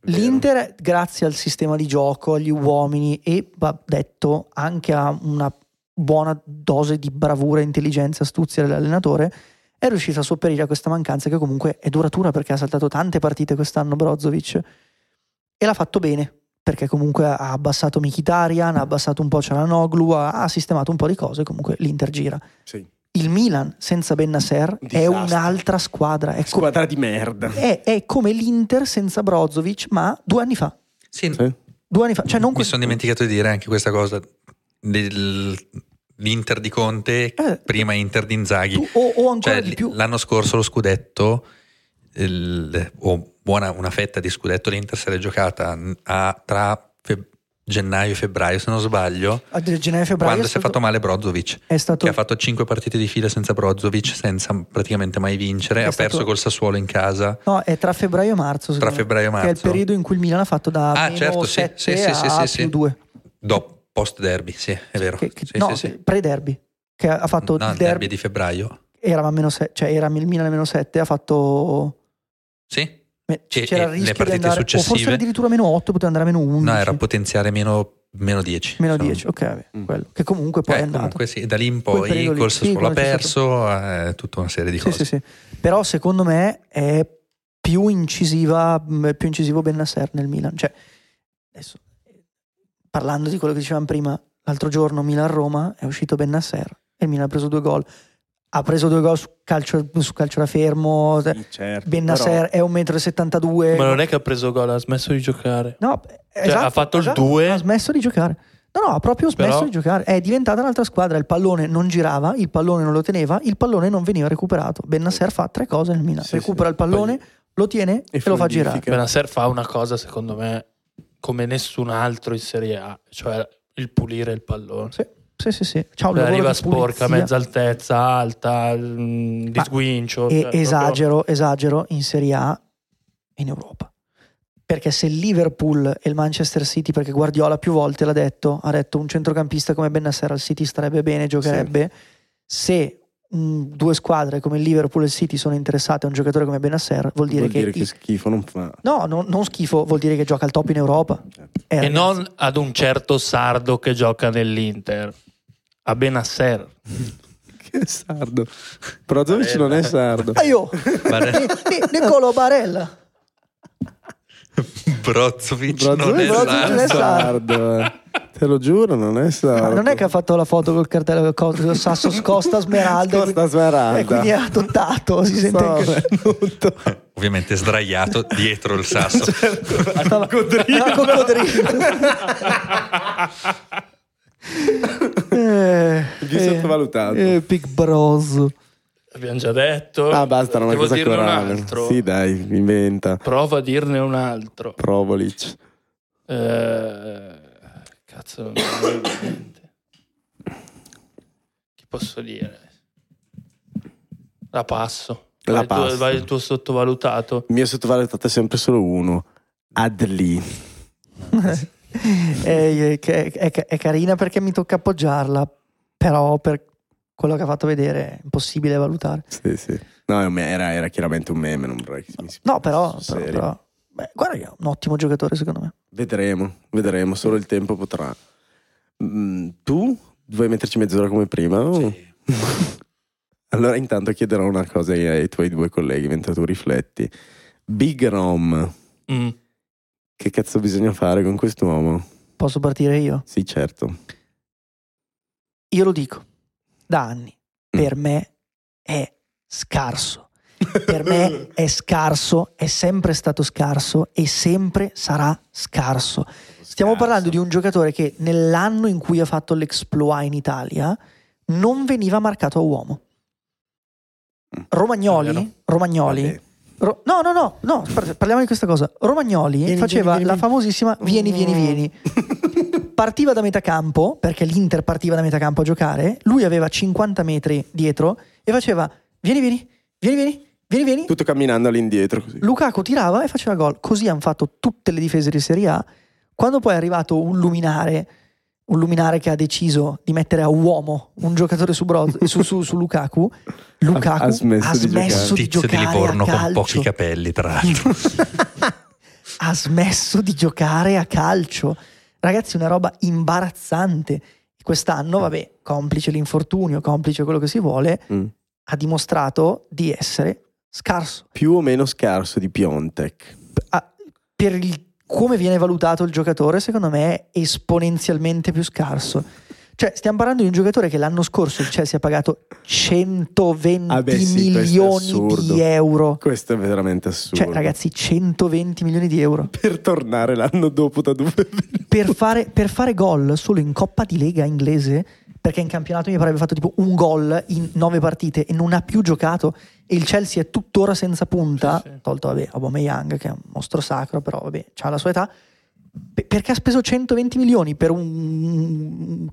Speaker 4: Vero.
Speaker 1: L'Inter, grazie al sistema di gioco, agli uomini e, va detto, anche a una buona dose di bravura, intelligenza, astuzia dell'allenatore, è riuscita a sopperire a questa mancanza che comunque è duratura perché ha saltato tante partite quest'anno Brozovic e l'ha fatto bene perché comunque ha abbassato Mkhitaryan, ha abbassato un po' Cialanoglu, ha, ha sistemato un po' di cose, comunque l'Inter gira.
Speaker 4: Sì.
Speaker 1: Il Milan senza Bennasser è
Speaker 4: Disastro.
Speaker 1: un'altra squadra, è, co- Eh,
Speaker 4: Squadra di merda.
Speaker 1: è- è come l'Inter senza Brozovic ma due anni fa,
Speaker 3: Sì,
Speaker 4: Sì.
Speaker 1: due anni fa, cioè non
Speaker 3: mi
Speaker 1: questo.
Speaker 3: sono dimenticato di dire anche questa cosa dell'Inter di Conte,
Speaker 1: Eh.
Speaker 3: prima Inter di Inzaghi.
Speaker 1: o, o ancora
Speaker 3: Cioè,
Speaker 1: di
Speaker 3: l-
Speaker 1: più.
Speaker 3: L'anno scorso lo scudetto, il- o buona, una fetta di scudetto, l'Inter se l'è giocata a- tra fe- gennaio e febbraio, se non sbaglio,
Speaker 1: a Ah, gennaio e febbraio
Speaker 3: quando
Speaker 1: è
Speaker 3: si è
Speaker 1: stato,
Speaker 3: fatto male Brozovic.
Speaker 1: è stato-
Speaker 3: Che ha fatto 5 partite di fila senza Brozovic, senza praticamente mai vincere.
Speaker 1: È
Speaker 3: ha
Speaker 1: stato-
Speaker 3: perso col Sassuolo in casa
Speaker 1: no, è tra febbraio e marzo,
Speaker 3: tra
Speaker 1: secondo me,
Speaker 3: febbraio e marzo.
Speaker 1: che è il periodo in cui il Milan ha fatto da
Speaker 3: Ah,
Speaker 1: meno
Speaker 3: certo, sì,
Speaker 1: 7
Speaker 3: sì, sì, sì,
Speaker 1: a
Speaker 3: sì, sì.
Speaker 1: più 2.
Speaker 3: Dopo post derby, sì, è vero.
Speaker 1: Che- che-
Speaker 3: Sì,
Speaker 1: no,
Speaker 3: sì, sì.
Speaker 1: pre-derby, che ha fatto
Speaker 3: No,
Speaker 1: il
Speaker 3: il
Speaker 1: derby,
Speaker 3: di febbraio.
Speaker 1: era, a meno se- cioè era il Milan a meno 7, ha fatto...
Speaker 3: Sì?
Speaker 1: Me- c-
Speaker 3: E-
Speaker 1: c'era
Speaker 3: e
Speaker 1: il
Speaker 3: le
Speaker 1: rischio di
Speaker 3: partite
Speaker 1: andare o forse
Speaker 3: successive?
Speaker 1: era addirittura meno 8 poteva andare a meno 11
Speaker 3: No, era potenziale meno, meno 10.
Speaker 1: meno
Speaker 3: insomma.
Speaker 1: 10 ok vabbè,
Speaker 4: Mm.
Speaker 1: quello. che comunque poi
Speaker 3: Eh,
Speaker 1: è andato
Speaker 3: comunque sì, da lì in
Speaker 1: Quel
Speaker 3: poi
Speaker 1: periodo lì,
Speaker 3: col
Speaker 1: sì,
Speaker 3: Sassuolo ha
Speaker 1: quando c'è
Speaker 3: perso, eh, tutta una serie di
Speaker 1: sì,
Speaker 3: cose.
Speaker 1: sì, sì. però secondo me è più incisiva mh, è più incisivo Bennasser nel Milan cioè adesso eh, parlando di quello che dicevamo prima l'altro giorno Milan-Roma è uscito Bennasser e il Milan ha preso due gol ha preso due gol su calcio, su calcio da fermo
Speaker 4: Sì, certo,
Speaker 1: Bennasser è 1,72 m
Speaker 5: Ma non è che ha preso gol, ha smesso di giocare.
Speaker 1: Eh, No, esatto,
Speaker 5: Cioè, ha fatto il
Speaker 1: esatto,
Speaker 5: due.
Speaker 1: Ha smesso di giocare. No, no, ha proprio smesso
Speaker 5: Però-
Speaker 1: di giocare. È diventata un'altra squadra. Il pallone non girava, il pallone non lo teneva, il pallone non veniva recuperato. Benasser fa tre cose nel Milan:
Speaker 4: Sì,
Speaker 1: recupera
Speaker 4: sì.
Speaker 1: il pallone, lo tiene e, lo fa girare.
Speaker 4: fluidifica.
Speaker 5: Benasser fa una cosa, secondo me, come nessun altro in Serie A, cioè il pulire il pallone.
Speaker 1: Sì, sì, sì. sì. C'ha un
Speaker 5: Cioè,
Speaker 1: lavoro
Speaker 5: arriva
Speaker 1: di
Speaker 5: sporca,
Speaker 1: pulizia.
Speaker 5: mezza altezza, alta, mm, di
Speaker 1: Ma-
Speaker 5: sguincio.
Speaker 1: E
Speaker 4: Certo,
Speaker 5: cioè,
Speaker 1: esagero, esagero in Serie A e in Europa. Perché se il Liverpool e il Manchester City, perché Guardiola più volte l'ha detto, ha detto un centrocampista come Benasser al City starebbe bene, giocherebbe, se mh, due squadre come il Liverpool e il City sono interessate a un giocatore come Benasser, vuol dire
Speaker 4: Vuol
Speaker 1: che,
Speaker 4: dire che
Speaker 1: i-
Speaker 4: schifo non fa.
Speaker 1: no, non- non schifo, vuol dire che gioca al top in Europa. Eh,
Speaker 5: E
Speaker 1: ragazzi,
Speaker 5: non ad un certo sardo che gioca nell'Inter, a Benasser.
Speaker 4: Che sardo. Brozovic non è sardo.
Speaker 1: Ah, io,
Speaker 3: Barella.
Speaker 1: Ni- Ni- Niccolò Barella.
Speaker 3: Brozovic non è
Speaker 4: Brozovic non è
Speaker 3: sardo.
Speaker 4: sardo. eh. Te lo giuro, non è sardo.
Speaker 1: Ma non è che ha fatto la foto col cartello col col Sasso Scosta Smeralda.
Speaker 4: Costa
Speaker 1: E quindi
Speaker 4: Smeralda.
Speaker 1: ha adottato, si sente
Speaker 4: Stava
Speaker 1: anche...
Speaker 4: venuto.
Speaker 3: Ovviamente sdraiato dietro il sasso.
Speaker 1: Stava- la coccodrillo. eh,
Speaker 4: Vi sottovalutato.
Speaker 1: eh, Big Bros.
Speaker 5: Abbiamo già detto.
Speaker 4: Ah, basta, non è una cosa
Speaker 5: Devo dirne
Speaker 4: corale.
Speaker 5: un altro.
Speaker 4: Sì, dai, inventa.
Speaker 5: Prova a dirne un altro.
Speaker 4: Provolic.
Speaker 5: Eh, cazzo, non mi viene in mente. Che posso dire? La passo.
Speaker 4: La
Speaker 5: vai Il
Speaker 4: passo.
Speaker 5: tuo, vai il tuo sottovalutato.
Speaker 4: Il mio sottovalutato è sempre solo uno. Adli.
Speaker 1: Eh, eh, che- è, è- è carina perché mi tocca appoggiarla, però per quello che ha fatto vedere è impossibile valutare.
Speaker 4: Sì, sì. No, è un me- era, era chiaramente un meme, non vorrei che mi si
Speaker 1: No, però,
Speaker 4: prendesse sul
Speaker 1: però,
Speaker 4: serio.
Speaker 1: però- beh, guarda che è un ottimo giocatore secondo me.
Speaker 4: Vedremo, vedremo, solo il tempo potrà. Mm, tu vuoi metterci mezz'ora come prima? o- Allora intanto chiederò una cosa ai, ai tuoi due colleghi mentre tu rifletti. Big Rom,
Speaker 5: Mm.
Speaker 4: che cazzo bisogna fare con quest'uomo?
Speaker 1: Posso partire io?
Speaker 4: Sì, certo.
Speaker 1: Io lo dico da anni,
Speaker 4: Mm.
Speaker 1: per me è scarso. Per me è scarso, è sempre stato scarso e sempre sarà scarso. Stiamo parlando di un giocatore che nell'anno in cui ha fatto l'exploit in Italia non veniva marcato a uomo.
Speaker 5: Vero.
Speaker 4: Mm.
Speaker 1: Romagnoli, Romagnoli
Speaker 4: Vabbè.
Speaker 1: Ro- no, no, no, no, par- parliamo di questa cosa. Romagnoli
Speaker 4: Vieni,
Speaker 1: faceva
Speaker 4: vieni, vieni,
Speaker 1: la
Speaker 4: vieni.
Speaker 1: famosissima vieni, vieni,
Speaker 4: Mm.
Speaker 1: vieni. Partiva da metà campo, perché l'Inter partiva da metà campo a giocare, lui aveva 50 metri dietro e faceva vieni, vieni, vieni, vieni, vieni, vieni.
Speaker 4: Tutto camminando all'indietro così.
Speaker 1: Lukaku tirava e faceva gol. Così hanno fatto tutte le difese di Serie A. Quando poi è arrivato un luminare, un luminare che ha deciso di mettere a uomo un giocatore su, Broz- su, su- su Lukaku, Lukaku
Speaker 4: ha smesso
Speaker 1: ha
Speaker 4: di
Speaker 1: smesso di
Speaker 3: Tizio di
Speaker 1: giocare,
Speaker 3: Livorno
Speaker 1: a
Speaker 3: con
Speaker 1: calcio.
Speaker 3: pochi capelli, tra l'altro.
Speaker 1: ha smesso di giocare a calcio. Ragazzi, una roba imbarazzante. Quest'anno, vabbè, complice l'infortunio, complice quello che si vuole,
Speaker 4: Mm.
Speaker 1: ha dimostrato di essere scarso.
Speaker 4: Più o meno scarso di Piontek.
Speaker 1: a- per il- come viene valutato il giocatore, secondo me è esponenzialmente più scarso. Cioè, stiamo parlando di un giocatore che l'anno scorso il Chelsea ha pagato 120
Speaker 4: Ah, beh, sì, questo è
Speaker 1: milioni
Speaker 4: assurdo.
Speaker 1: di euro.
Speaker 4: Questo è veramente assurdo.
Speaker 1: Cioè, ragazzi, 120 milioni di euro
Speaker 4: Per tornare l'anno dopo da dove è venuto.
Speaker 1: per fare, per fare gol solo in Coppa di Lega inglese, perché in campionato mi avrebbe fatto tipo un gol in nove partite e non ha più giocato. E il Chelsea è tuttora senza punta,
Speaker 5: Sì, sì.
Speaker 1: tolto vabbè, Aubameyang che è un mostro sacro, però vabbè, ha la sua età. Pe- perché ha speso 120 milioni per un,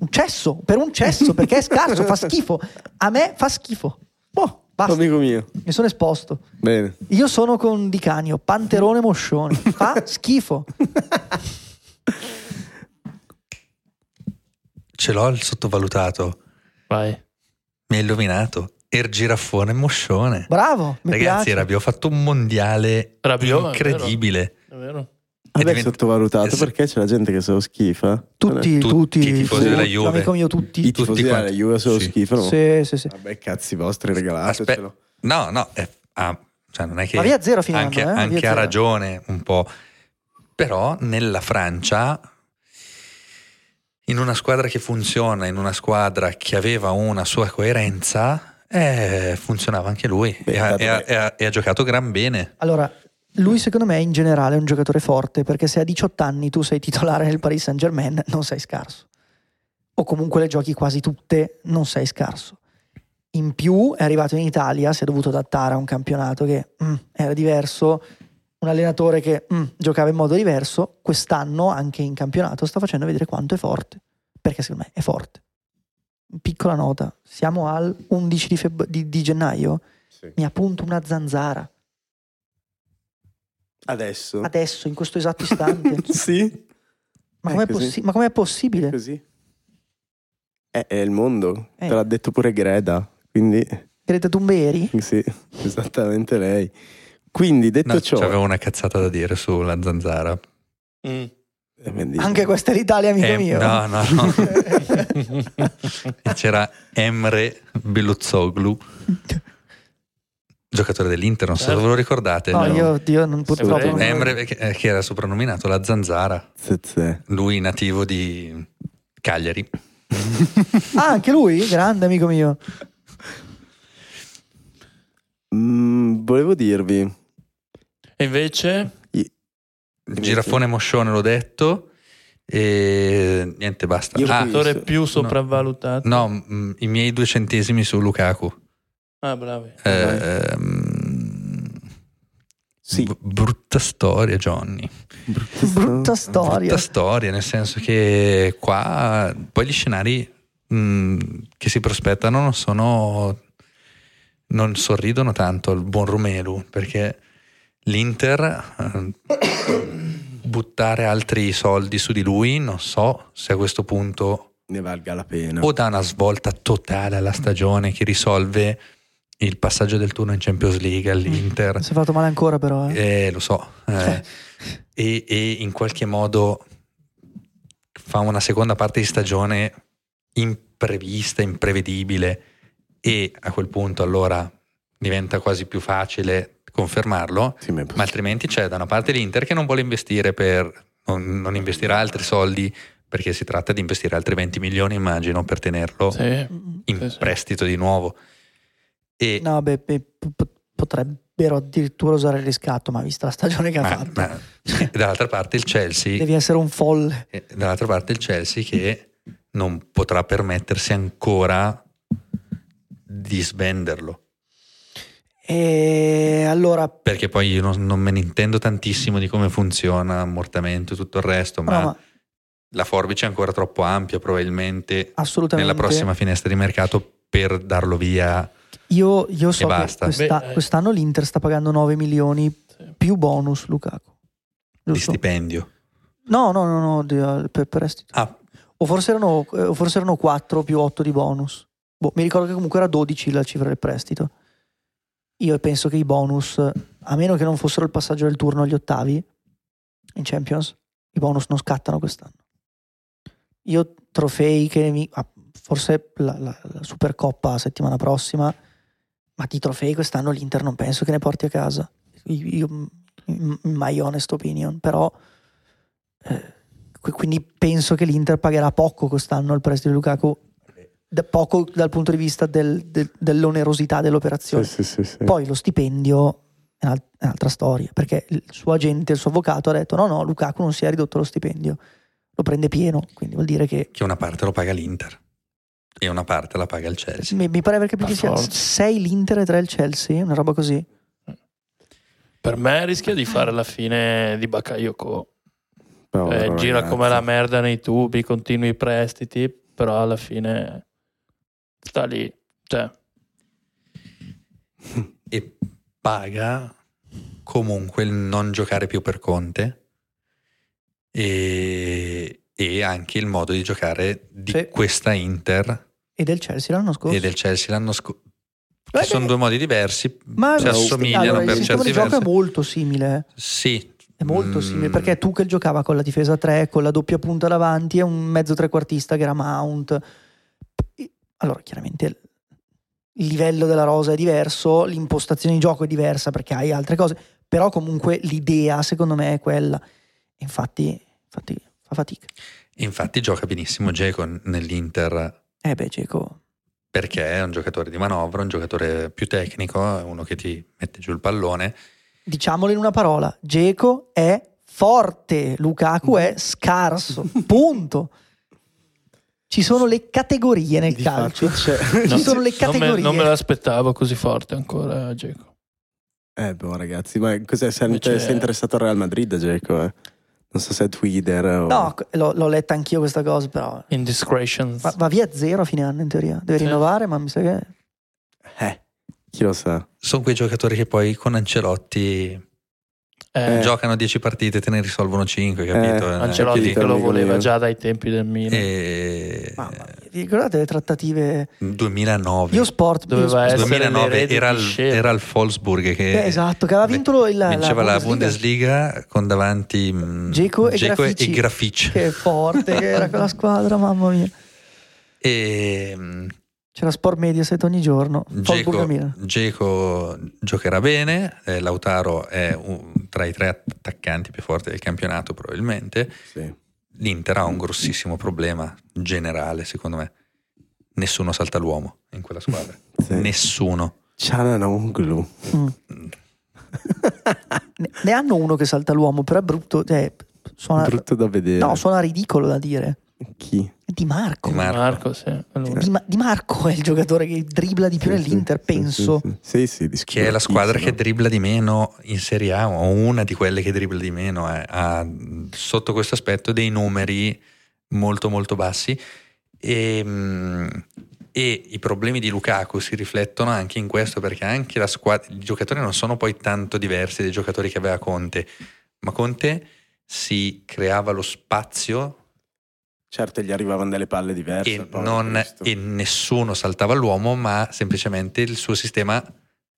Speaker 1: un cesso, per un cesso, perché è scarso, fa schifo. A me fa schifo. Boh, basta,
Speaker 4: Amico mio.
Speaker 1: mi sono esposto.
Speaker 4: Bene.
Speaker 1: Io sono con Di Canio, panterone moscione, fa schifo.
Speaker 3: Ce l'ho il sottovalutato.
Speaker 5: Vai.
Speaker 3: Mi ha illuminato. Er Giraffone Moscione.
Speaker 1: Bravo, mi
Speaker 3: Ragazzi,
Speaker 1: piace.
Speaker 3: Rabiot ha fatto un mondiale
Speaker 5: Rabiot,
Speaker 3: incredibile. Esatto.
Speaker 5: Davvero?
Speaker 4: Vabbè,
Speaker 3: divent-
Speaker 4: sottovalutato
Speaker 3: es-
Speaker 4: perché c'è la gente che se lo schifa.
Speaker 1: Tutti,
Speaker 3: Tutti
Speaker 1: tutti,
Speaker 3: i tifosi
Speaker 1: tutti,
Speaker 3: della Juve.
Speaker 1: Amico mio, tutti.
Speaker 4: I tifosi della
Speaker 3: quanti.
Speaker 4: Juve se lo
Speaker 3: Sì.
Speaker 4: schifano.
Speaker 1: Sì, sì, sì.
Speaker 4: Vabbè, cazzi vostri,
Speaker 3: Aspe-
Speaker 4: regalatecelo.
Speaker 3: No, no, eh, ah, cioè non è che
Speaker 1: Ma via zero fino
Speaker 3: anche,
Speaker 1: all'anno, eh?
Speaker 3: anche
Speaker 1: Via
Speaker 3: ha
Speaker 1: zero.
Speaker 3: ragione un po'. Però nella Francia, in una squadra che funziona, in una squadra che aveva una sua coerenza, eh, funzionava anche lui
Speaker 4: Beh,
Speaker 3: e, ha,
Speaker 4: dato
Speaker 3: e ha-
Speaker 4: che-
Speaker 3: e ha- e ha giocato gran bene.
Speaker 1: Allora, lui secondo me in generale è un giocatore forte perché se a 18 anni tu sei titolare nel Paris Saint Germain non sei scarso. O comunque le giochi quasi tutte, non sei scarso. In più è arrivato in Italia, si è dovuto adattare a un campionato che mm, era diverso, un allenatore che mm, giocava in modo diverso, quest'anno anche in campionato sta facendo vedere quanto è forte, perché secondo me è forte. Piccola nota, siamo al 11 di, febbraio di gennaio, mi appunto una zanzara
Speaker 4: Adesso.
Speaker 1: adesso, in questo esatto istante.
Speaker 4: sì.
Speaker 1: ma,
Speaker 4: Eh,
Speaker 1: com'è
Speaker 4: così.
Speaker 1: possi- ma com'è possibile?
Speaker 4: Così. Eh, è il mondo,
Speaker 1: Eh.
Speaker 4: te l'ha detto pure Greda, quindi
Speaker 1: Greta Tumberi?
Speaker 4: sì, esattamente lei. Quindi detto
Speaker 3: No,
Speaker 4: ciò,
Speaker 3: C'avevo una cazzata da dire sulla zanzara.
Speaker 5: Mm.
Speaker 4: Eh, quindi-
Speaker 1: Anche questa è l'Italia, amico
Speaker 3: Em-
Speaker 1: mio.
Speaker 3: Eh, no, no, no. C'era Emre Beluzzoglu, giocatore dell'Inter, non so se
Speaker 5: Certo.
Speaker 3: ve lo ricordate.
Speaker 1: Eh. No,
Speaker 3: No.
Speaker 1: io, io non, purtroppo
Speaker 5: Emre-
Speaker 1: non-
Speaker 3: Emre che, eh, che era soprannominato la zanzara,
Speaker 4: Zè, zè.
Speaker 3: lui nativo di Cagliari.
Speaker 1: Ah, anche lui? Grande amico mio.
Speaker 4: Mm, volevo dirvi,
Speaker 5: E invece,
Speaker 3: Girafone Moscione l'ho detto e niente basta.
Speaker 4: Io
Speaker 3: Ah,
Speaker 4: qui-
Speaker 5: l'attore
Speaker 4: sì.
Speaker 5: più sopravvalutato.
Speaker 3: no, mm, i miei due centesimi su Lukaku.
Speaker 5: Ah, bravi.
Speaker 3: Eh,
Speaker 4: Vai.
Speaker 3: ehm,
Speaker 4: sì,
Speaker 3: b- brutta storia, Johnny.
Speaker 4: brutta
Speaker 1: Brutta storia.
Speaker 3: Brutta storia, nel senso che qua poi gli scenari mh, che si prospettano non sono. non sorridono tanto al buon Romelu perché l'Inter eh, buttare altri soldi su di lui non so se a questo punto
Speaker 4: ne valga la pena.
Speaker 3: o dà una svolta totale alla stagione che risolve il passaggio del turno in Champions League all'Inter
Speaker 1: Si è fatto male ancora, però. eh.
Speaker 3: eh, lo so. eh. e, e in qualche modo fa una seconda parte di stagione imprevista, imprevedibile e a quel punto allora diventa quasi più facile confermarlo,
Speaker 4: Sì, ma è
Speaker 3: ma altrimenti c'è da una parte l'Inter che non vuole investire per non, non investirà altri soldi perché si tratta di investire altri 20 milioni immagino per tenerlo
Speaker 5: Sì.
Speaker 1: Mm.
Speaker 3: in
Speaker 5: sì, sì.
Speaker 3: prestito di nuovo. E
Speaker 1: No, beh, beh, p- p- potrebbero addirittura usare il riscatto, ma vista la stagione che ha
Speaker 3: ma-
Speaker 1: fatto,
Speaker 3: ma- e dall'altra parte il Chelsea
Speaker 1: devi essere un folle.
Speaker 3: E dall'altra parte il Chelsea che non potrà permettersi ancora di svenderlo.
Speaker 1: E allora,
Speaker 3: Perché poi io non, non me ne intendo tantissimo di come funziona ammortamento e tutto il resto, ma,
Speaker 1: no, ma
Speaker 3: la forbice è ancora troppo ampia probabilmente
Speaker 1: assolutamente.
Speaker 3: nella prossima finestra di mercato per darlo via.
Speaker 1: Io, io so che
Speaker 3: basta.
Speaker 1: questa-
Speaker 5: Beh, eh.
Speaker 1: quest'anno l'Inter sta pagando 9 milioni
Speaker 5: Sì.
Speaker 1: più bonus Lukaku.
Speaker 3: Di
Speaker 1: Giusto?
Speaker 3: stipendio.
Speaker 1: No, no, no, no di- eh, per prestito.
Speaker 3: Ah,
Speaker 1: O forse, erano, eh, o forse erano 4 più 8 di bonus. Boh, mi ricordo che comunque era 12 la cifra del prestito. Io penso che i bonus, a meno che non fossero il passaggio del turno agli ottavi in Champions, i bonus non scattano quest'anno. Io trofei che mi- ah, forse la, la- la Supercoppa settimana prossima, ma di trofei quest'anno l'Inter non penso che ne porti a casa. Io, io- in my honest opinion, però eh, Qui- quindi penso che l'Inter pagherà poco quest'anno il prestito di Lukaku da- poco dal punto di vista del- del- dell'onerosità
Speaker 4: Sì,
Speaker 1: dell'operazione
Speaker 4: sì, sì, sì.
Speaker 1: poi lo stipendio è un'al- è un'altra storia perché il suo agente, il suo avvocato ha detto no no Lukaku non si è ridotto lo stipendio lo prende pieno quindi vuol dire che
Speaker 3: che una parte lo paga l'Inter e una parte la paga il Chelsea.
Speaker 1: mi, mi pare aver capito
Speaker 5: Per
Speaker 1: che sia
Speaker 5: forza.
Speaker 1: 6 l'Inter e 3 il Chelsea una roba così
Speaker 5: Per me rischia di fare la fine di Bakayoko.
Speaker 4: Povero
Speaker 5: Eh,
Speaker 4: ragazzo.
Speaker 5: gira come la merda nei tubi, continui i prestiti, però alla fine sta lì. Cioè,
Speaker 3: e paga comunque il non giocare più per Conte e, e anche il modo di giocare di
Speaker 1: Sì.
Speaker 3: questa Inter
Speaker 1: e del Chelsea l'anno scorso
Speaker 3: e del Chelsea l'anno scorso.
Speaker 1: Guarda
Speaker 3: Sono
Speaker 1: che-
Speaker 3: due modi diversi,
Speaker 1: ma
Speaker 3: si
Speaker 4: no,
Speaker 3: assomigliano
Speaker 1: allora,
Speaker 3: per
Speaker 1: il sistema
Speaker 3: certi
Speaker 1: di gioco
Speaker 3: versi.
Speaker 1: è molto simile
Speaker 3: Sì,
Speaker 1: È molto
Speaker 3: Mm.
Speaker 1: simile perché Tuchel giocava con la difesa 3, con la doppia punta davanti e un mezzo trequartista che era Mount. Allora, chiaramente il il livello della rosa è diverso, l'impostazione di gioco è diversa perché hai altre cose, però comunque l'idea secondo me è quella. E Infatti, infatti fa fatica.
Speaker 3: infatti gioca benissimo Dzeko nell'Inter
Speaker 1: Eh beh, Geco,
Speaker 3: perché è un giocatore di manovra, un giocatore più tecnico, è uno che ti mette giù il pallone.
Speaker 1: diciamolo in una parola, Geco è forte, Lukaku è scarso, punto. Ci sono le categorie nel
Speaker 4: Di
Speaker 1: calcio.
Speaker 4: fatto c'è-
Speaker 1: Ci
Speaker 5: no,
Speaker 1: sono le
Speaker 5: cioè, non, me,
Speaker 1: categorie.
Speaker 5: non me l'aspettavo così forte ancora, Geco.
Speaker 4: Eh, boh, ragazzi, ma cos'è? Sei,
Speaker 5: Invece-
Speaker 4: sei interessato al Real Madrid, Geco? eh? Non so se è Twitter o...
Speaker 1: No, l'ho, l'ho letta anch'io questa cosa, però.
Speaker 5: Indiscretions.
Speaker 1: Va, va via zero a fine anno in teoria. Deve
Speaker 5: Sì.
Speaker 1: rinnovare, ma mi sa che.
Speaker 4: Eh, chi lo sa?
Speaker 3: Sono quei giocatori che poi con Ancelotti
Speaker 5: Eh,
Speaker 3: Giocano 10 partite, te ne risolvono 5, capito?
Speaker 4: Eh,
Speaker 5: Ancelotti
Speaker 4: capito,
Speaker 5: che lo
Speaker 4: amico
Speaker 5: voleva
Speaker 4: mio.
Speaker 5: già dai tempi del Milan.
Speaker 4: Eh,
Speaker 3: E-
Speaker 1: Mamma
Speaker 5: Eh.
Speaker 1: mia, vi ricordate le trattative?
Speaker 3: 2009.
Speaker 1: Io Sport
Speaker 5: Doveva
Speaker 1: io
Speaker 5: essere
Speaker 3: 2009
Speaker 5: l'erede
Speaker 3: era
Speaker 5: di
Speaker 3: al,
Speaker 5: Schär.
Speaker 3: era al Wolfsburg che,
Speaker 1: Eh, esatto, che aveva vinto lo- il- la
Speaker 3: vinceva la
Speaker 1: Bundesliga.
Speaker 3: Bundesliga, con davanti mh,
Speaker 1: Dzeko e
Speaker 3: Dzeko
Speaker 1: Grafici.
Speaker 3: Grafici.
Speaker 1: Che forte che era quella squadra, mamma mia.
Speaker 3: E, mh,
Speaker 1: C'era Sport Mediaset ogni giorno. Wolfsburg a
Speaker 3: Dzeko
Speaker 1: Milan.
Speaker 3: Dzeko giocherà bene, eh, Lautaro è un- tra i tre attaccanti più forti del campionato probabilmente.
Speaker 4: Sì.
Speaker 3: L'Inter ha un grossissimo problema generale, secondo me. Nessuno salta l'uomo in quella squadra.
Speaker 4: Sì.
Speaker 3: Nessuno.
Speaker 4: Ciananoglu.
Speaker 1: Mm. ne, ne hanno uno che salta l'uomo, però è brutto. cioè, suona,
Speaker 4: Brutto da vedere.
Speaker 1: no, suona ridicolo da dire.
Speaker 4: Chi?
Speaker 1: Di Marco.
Speaker 3: Di
Speaker 1: Di,
Speaker 3: Marco.
Speaker 5: Marco, sì. Allora,
Speaker 1: Ma- Di Marco è il giocatore che dribla di più
Speaker 4: Sì,
Speaker 1: nell'Inter,
Speaker 4: sì,
Speaker 1: penso.
Speaker 4: Sì, sì, sì, di
Speaker 3: Che è la squadra che
Speaker 4: sicurissimo.
Speaker 3: dribbla di meno in Serie A, o una di quelle che dribbla di meno, eh. ha sotto questo aspetto dei numeri molto molto bassi e, mm, e i problemi di Lukaku si riflettono anche in questo perché anche la squadra, i giocatori non sono poi tanto diversi dai giocatori che aveva Conte, ma Conte si creava lo spazio
Speaker 4: Certo, gli arrivavano delle palle diverse.
Speaker 3: e,
Speaker 4: al povero
Speaker 3: non-
Speaker 4: Cristo.
Speaker 3: e nessuno saltava l'uomo, ma semplicemente il suo sistema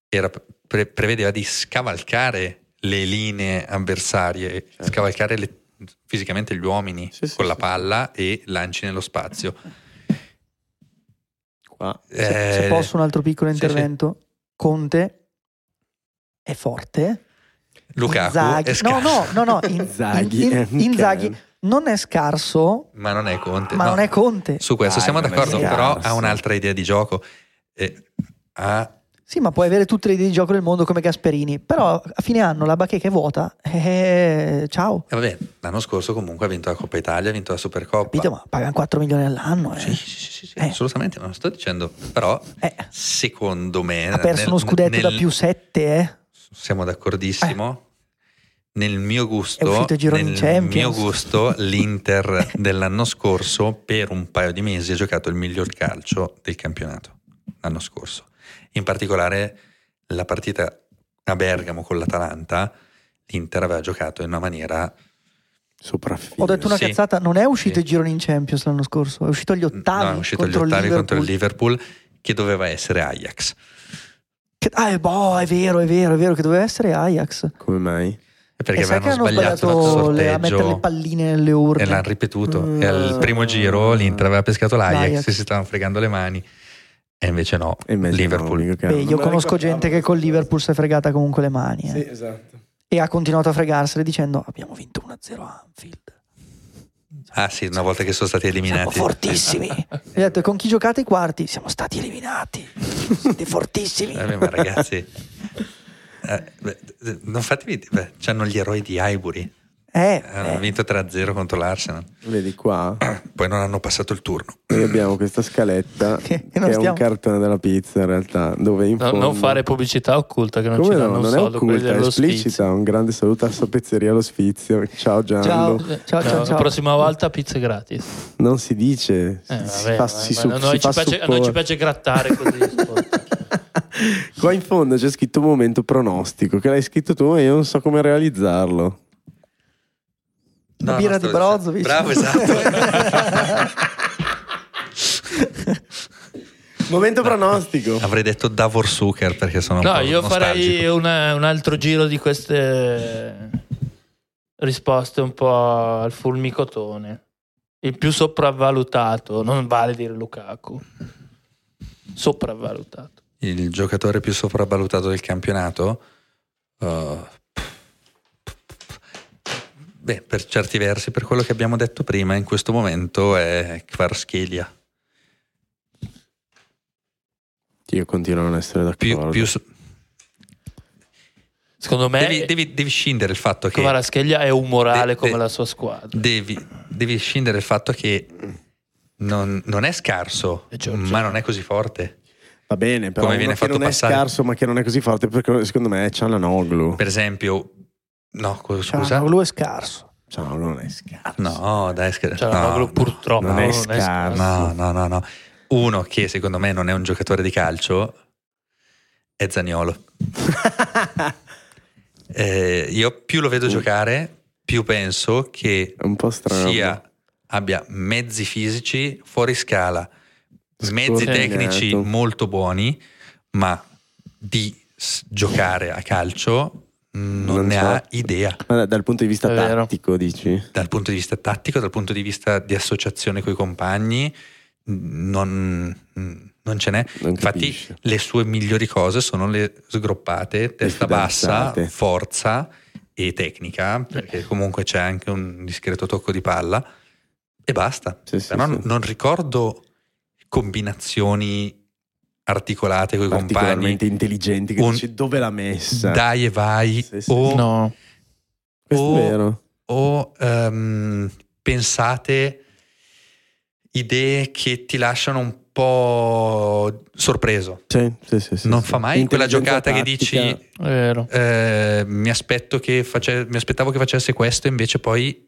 Speaker 3: era- pre- prevedeva di scavalcare le linee avversarie,
Speaker 1: Certo.
Speaker 3: scavalcare le- fisicamente gli uomini
Speaker 4: Sì, sì,
Speaker 3: con la
Speaker 4: sì.
Speaker 3: palla e lanci nello spazio.
Speaker 4: Qua.
Speaker 1: Se, se
Speaker 3: Eh,
Speaker 1: posso un altro piccolo
Speaker 3: sì, sì.
Speaker 1: intervento. Conte è forte.
Speaker 3: Lukaku
Speaker 1: Inzaghi.
Speaker 3: è
Speaker 1: No,
Speaker 3: scarso,
Speaker 1: no, no, no. in-
Speaker 4: Inzaghi
Speaker 1: in-
Speaker 4: e
Speaker 1: in- Inzaghi
Speaker 4: Michel.
Speaker 1: non è scarso,
Speaker 3: ma non è Conte.
Speaker 1: ma
Speaker 3: Eh, no.
Speaker 1: non è Conte.
Speaker 3: Su questo
Speaker 4: Dai,
Speaker 3: siamo
Speaker 4: non è
Speaker 3: d'accordo,
Speaker 1: scarso.
Speaker 3: però ha un'altra idea di gioco. Eh, ha
Speaker 1: Sì, ma puoi avere tutte le idee di gioco del mondo come Gasperini, però a fine anno la bacheca è vuota. eh, ciao.
Speaker 3: eh, vabbè, l'anno scorso comunque ha vinto la Coppa Italia, ha vinto la Supercoppa.
Speaker 1: Capito? Ma pagano 4 milioni all'anno. eh.
Speaker 3: Sì, sì, sì, sì, sì,
Speaker 1: Eh.
Speaker 3: assolutamente, non sto dicendo, però
Speaker 1: Eh,
Speaker 3: secondo me
Speaker 1: ha perso
Speaker 3: nel-
Speaker 1: uno scudetto da
Speaker 3: nel-
Speaker 1: più 7, eh.
Speaker 3: siamo d'accordissimo nel mio
Speaker 1: È
Speaker 3: gusto
Speaker 1: uscito ai gironi
Speaker 3: nel
Speaker 1: Champions.
Speaker 3: mio gusto l'Inter dell'anno scorso per un paio di mesi ha giocato il miglior calcio del campionato l'anno scorso in particolare la partita a Bergamo con l'Atalanta l'Inter aveva giocato in una maniera
Speaker 4: Sopraffino.
Speaker 1: Ho detto una
Speaker 3: Sì.
Speaker 1: cazzata, non è uscito
Speaker 3: Sì.
Speaker 1: ai gironi in Champions l'anno scorso, è uscito agli ottavi,
Speaker 3: no, è uscito agli
Speaker 1: contro, il
Speaker 3: ottavi
Speaker 1: Liverpool.
Speaker 3: contro il Liverpool che doveva essere Ajax
Speaker 1: Che- ah, eh, boh, è vero, è vero, è vero che doveva essere Ajax.
Speaker 4: Come mai?
Speaker 3: perché
Speaker 1: e sai che
Speaker 3: avevano
Speaker 1: hanno
Speaker 3: sbagliato, il
Speaker 1: sbagliato le- a mettere le
Speaker 3: sorteggio
Speaker 1: palline nelle urne.
Speaker 3: E l'hanno ripetuto.
Speaker 4: Mm.
Speaker 3: E al primo giro l'Inter aveva pescato l'Ajax,
Speaker 1: L'Ajax.
Speaker 3: si stavano fregando le mani. E invece no,
Speaker 4: E invece no,
Speaker 3: Liverpool.
Speaker 4: mica che-
Speaker 1: Beh, io
Speaker 4: Non
Speaker 1: conosco
Speaker 4: ricordavo
Speaker 1: gente che
Speaker 4: questa
Speaker 1: col
Speaker 4: cosa.
Speaker 1: Liverpool si è fregata comunque le mani eh.
Speaker 4: Sì, esatto.
Speaker 1: e ha continuato a fregarsele dicendo abbiamo vinto 1-0 a Anfield.
Speaker 3: ah sì, una volta che sono stati
Speaker 1: Siamo
Speaker 3: eliminati.
Speaker 1: fortissimi. Gli ho detto con chi giocate i quarti? Siamo stati eliminati. Siete fortissimi.
Speaker 3: Vabbè, Eh, ma ragazzi, eh, beh, eh, non fatevi... Beh, c'hanno gli eroi di Highbury.
Speaker 1: Eh,
Speaker 3: Hanno
Speaker 1: eh.
Speaker 3: vinto 3-0 contro l'Arsenal.
Speaker 4: Vedi qua,
Speaker 3: Poi non hanno passato il turno.
Speaker 4: noi abbiamo questa scaletta
Speaker 1: Che
Speaker 4: che,
Speaker 1: non
Speaker 4: è un
Speaker 1: stiamo-
Speaker 4: cartone della pizza in realtà, dove in
Speaker 5: no,
Speaker 4: fondo...
Speaker 5: non fare pubblicità occulta che non
Speaker 4: Come
Speaker 5: ci
Speaker 4: no,
Speaker 5: danno un
Speaker 4: non è
Speaker 5: soldo quelli
Speaker 4: occulta, è
Speaker 5: dello Sfizio.
Speaker 4: esplicita. Un grande saluto a sta pizzeria Lo Sfizio. Ciao
Speaker 1: Ciao, ciao,
Speaker 4: Gianlo.
Speaker 5: No,
Speaker 1: ciao,
Speaker 5: Eh, La
Speaker 1: ciao.
Speaker 5: prossima volta pizze gratis.
Speaker 4: Non si dice,
Speaker 5: Eh,
Speaker 4: si
Speaker 5: vabbè,
Speaker 4: fa,
Speaker 5: ma-
Speaker 4: si
Speaker 5: ma
Speaker 4: su-
Speaker 5: a
Speaker 4: si
Speaker 5: noi
Speaker 4: fa
Speaker 5: ci piace- a noi ci
Speaker 4: supporre.
Speaker 5: piace grattare così, ascolta.
Speaker 4: Qua in fondo c'è scritto momento pronostico che l'hai scritto tu e io non so come realizzarlo.
Speaker 1: La
Speaker 3: No,
Speaker 1: birra
Speaker 3: no,
Speaker 1: di
Speaker 3: sto-
Speaker 1: Brozovic.
Speaker 3: Bravo, esatto.
Speaker 4: Momento pronostico.
Speaker 3: Avrei detto Davor Suker perché sono un
Speaker 5: No,
Speaker 3: po'
Speaker 5: io farei
Speaker 3: nostalgico.
Speaker 5: una- un altro giro di queste risposte un po' al fulmicotone. Il più sopravvalutato, non vale dire Lukaku. Sopravvalutato.
Speaker 3: il giocatore più sopravvalutato del campionato? Uh, beh, per certi versi, per quello che abbiamo detto prima, in questo momento è Kvarskelia.
Speaker 4: Io continuo a non essere d'accordo.
Speaker 3: Più, più so-
Speaker 5: Secondo me
Speaker 3: devi, devi- devi scindere il fatto che
Speaker 5: Kvaratskhelia è umorale
Speaker 3: De-
Speaker 5: come
Speaker 3: de-
Speaker 5: la sua squadra.
Speaker 3: devi, devi scindere il fatto che non, non è scarso,
Speaker 5: E Giorgio?
Speaker 3: ma non è così forte.
Speaker 4: Va bene, però
Speaker 3: Come
Speaker 4: uno
Speaker 3: viene
Speaker 4: che
Speaker 3: fatto
Speaker 4: non
Speaker 3: passare.
Speaker 4: è scarso ma che non è così forte perché secondo me è Ciananoglu.
Speaker 3: Per esempio, no, co-
Speaker 1: Ciao,
Speaker 3: scusa,
Speaker 1: lui è scarso.
Speaker 4: Ciananoglu non è scarso.
Speaker 3: no, dai, scher-
Speaker 5: Cioè,
Speaker 3: no,
Speaker 5: Noglu
Speaker 3: no.
Speaker 5: purtroppo
Speaker 4: non è scarso.
Speaker 3: No, no, no, no. Uno che secondo me non è un giocatore di calcio è Zaniolo. Eh, io più lo vedo
Speaker 4: Ui.
Speaker 3: giocare, più penso che
Speaker 4: È un po' strano.
Speaker 3: sia abbia mezzi fisici fuori scala,
Speaker 4: Scorregnato.
Speaker 3: mezzi tecnici molto buoni, ma di s- giocare a calcio mm, non,
Speaker 4: Non
Speaker 3: ne
Speaker 4: so.
Speaker 3: ha idea
Speaker 4: Ma da- dal punto di vista
Speaker 5: È vero.
Speaker 4: tattico, dici?
Speaker 3: dal punto di vista tattico, dal punto di vista di associazione coi compagni, mh, non, mh, non ce n'è.
Speaker 4: Non
Speaker 3: Infatti,
Speaker 4: capisce.
Speaker 3: le sue migliori cose sono le sgroppate, testa bassa,
Speaker 4: fidanzate.
Speaker 3: forza e tecnica, perché comunque c'è anche un discreto tocco di palla e basta.
Speaker 4: Sì, sì,
Speaker 3: Però
Speaker 4: sì.
Speaker 3: non ricordo combinazioni articolate con i compagni,
Speaker 4: particolarmente intelligenti che
Speaker 3: Un-
Speaker 4: dici dove l'ha messa.
Speaker 3: dai e vai
Speaker 4: Sì, sì.
Speaker 3: o
Speaker 5: No,
Speaker 4: Questo
Speaker 3: o-
Speaker 4: è vero.
Speaker 3: o ehm, pensate idee che ti lasciano un po' sorpreso.
Speaker 4: Sì, sì, sì, sì,
Speaker 3: non
Speaker 4: sì.
Speaker 3: fa mai quella
Speaker 4: Intelligenza
Speaker 3: giocata che
Speaker 4: tattica.
Speaker 3: dici
Speaker 5: è vero.
Speaker 3: eh, mi, aspetto che face- mi aspettavo che facesse questo, invece poi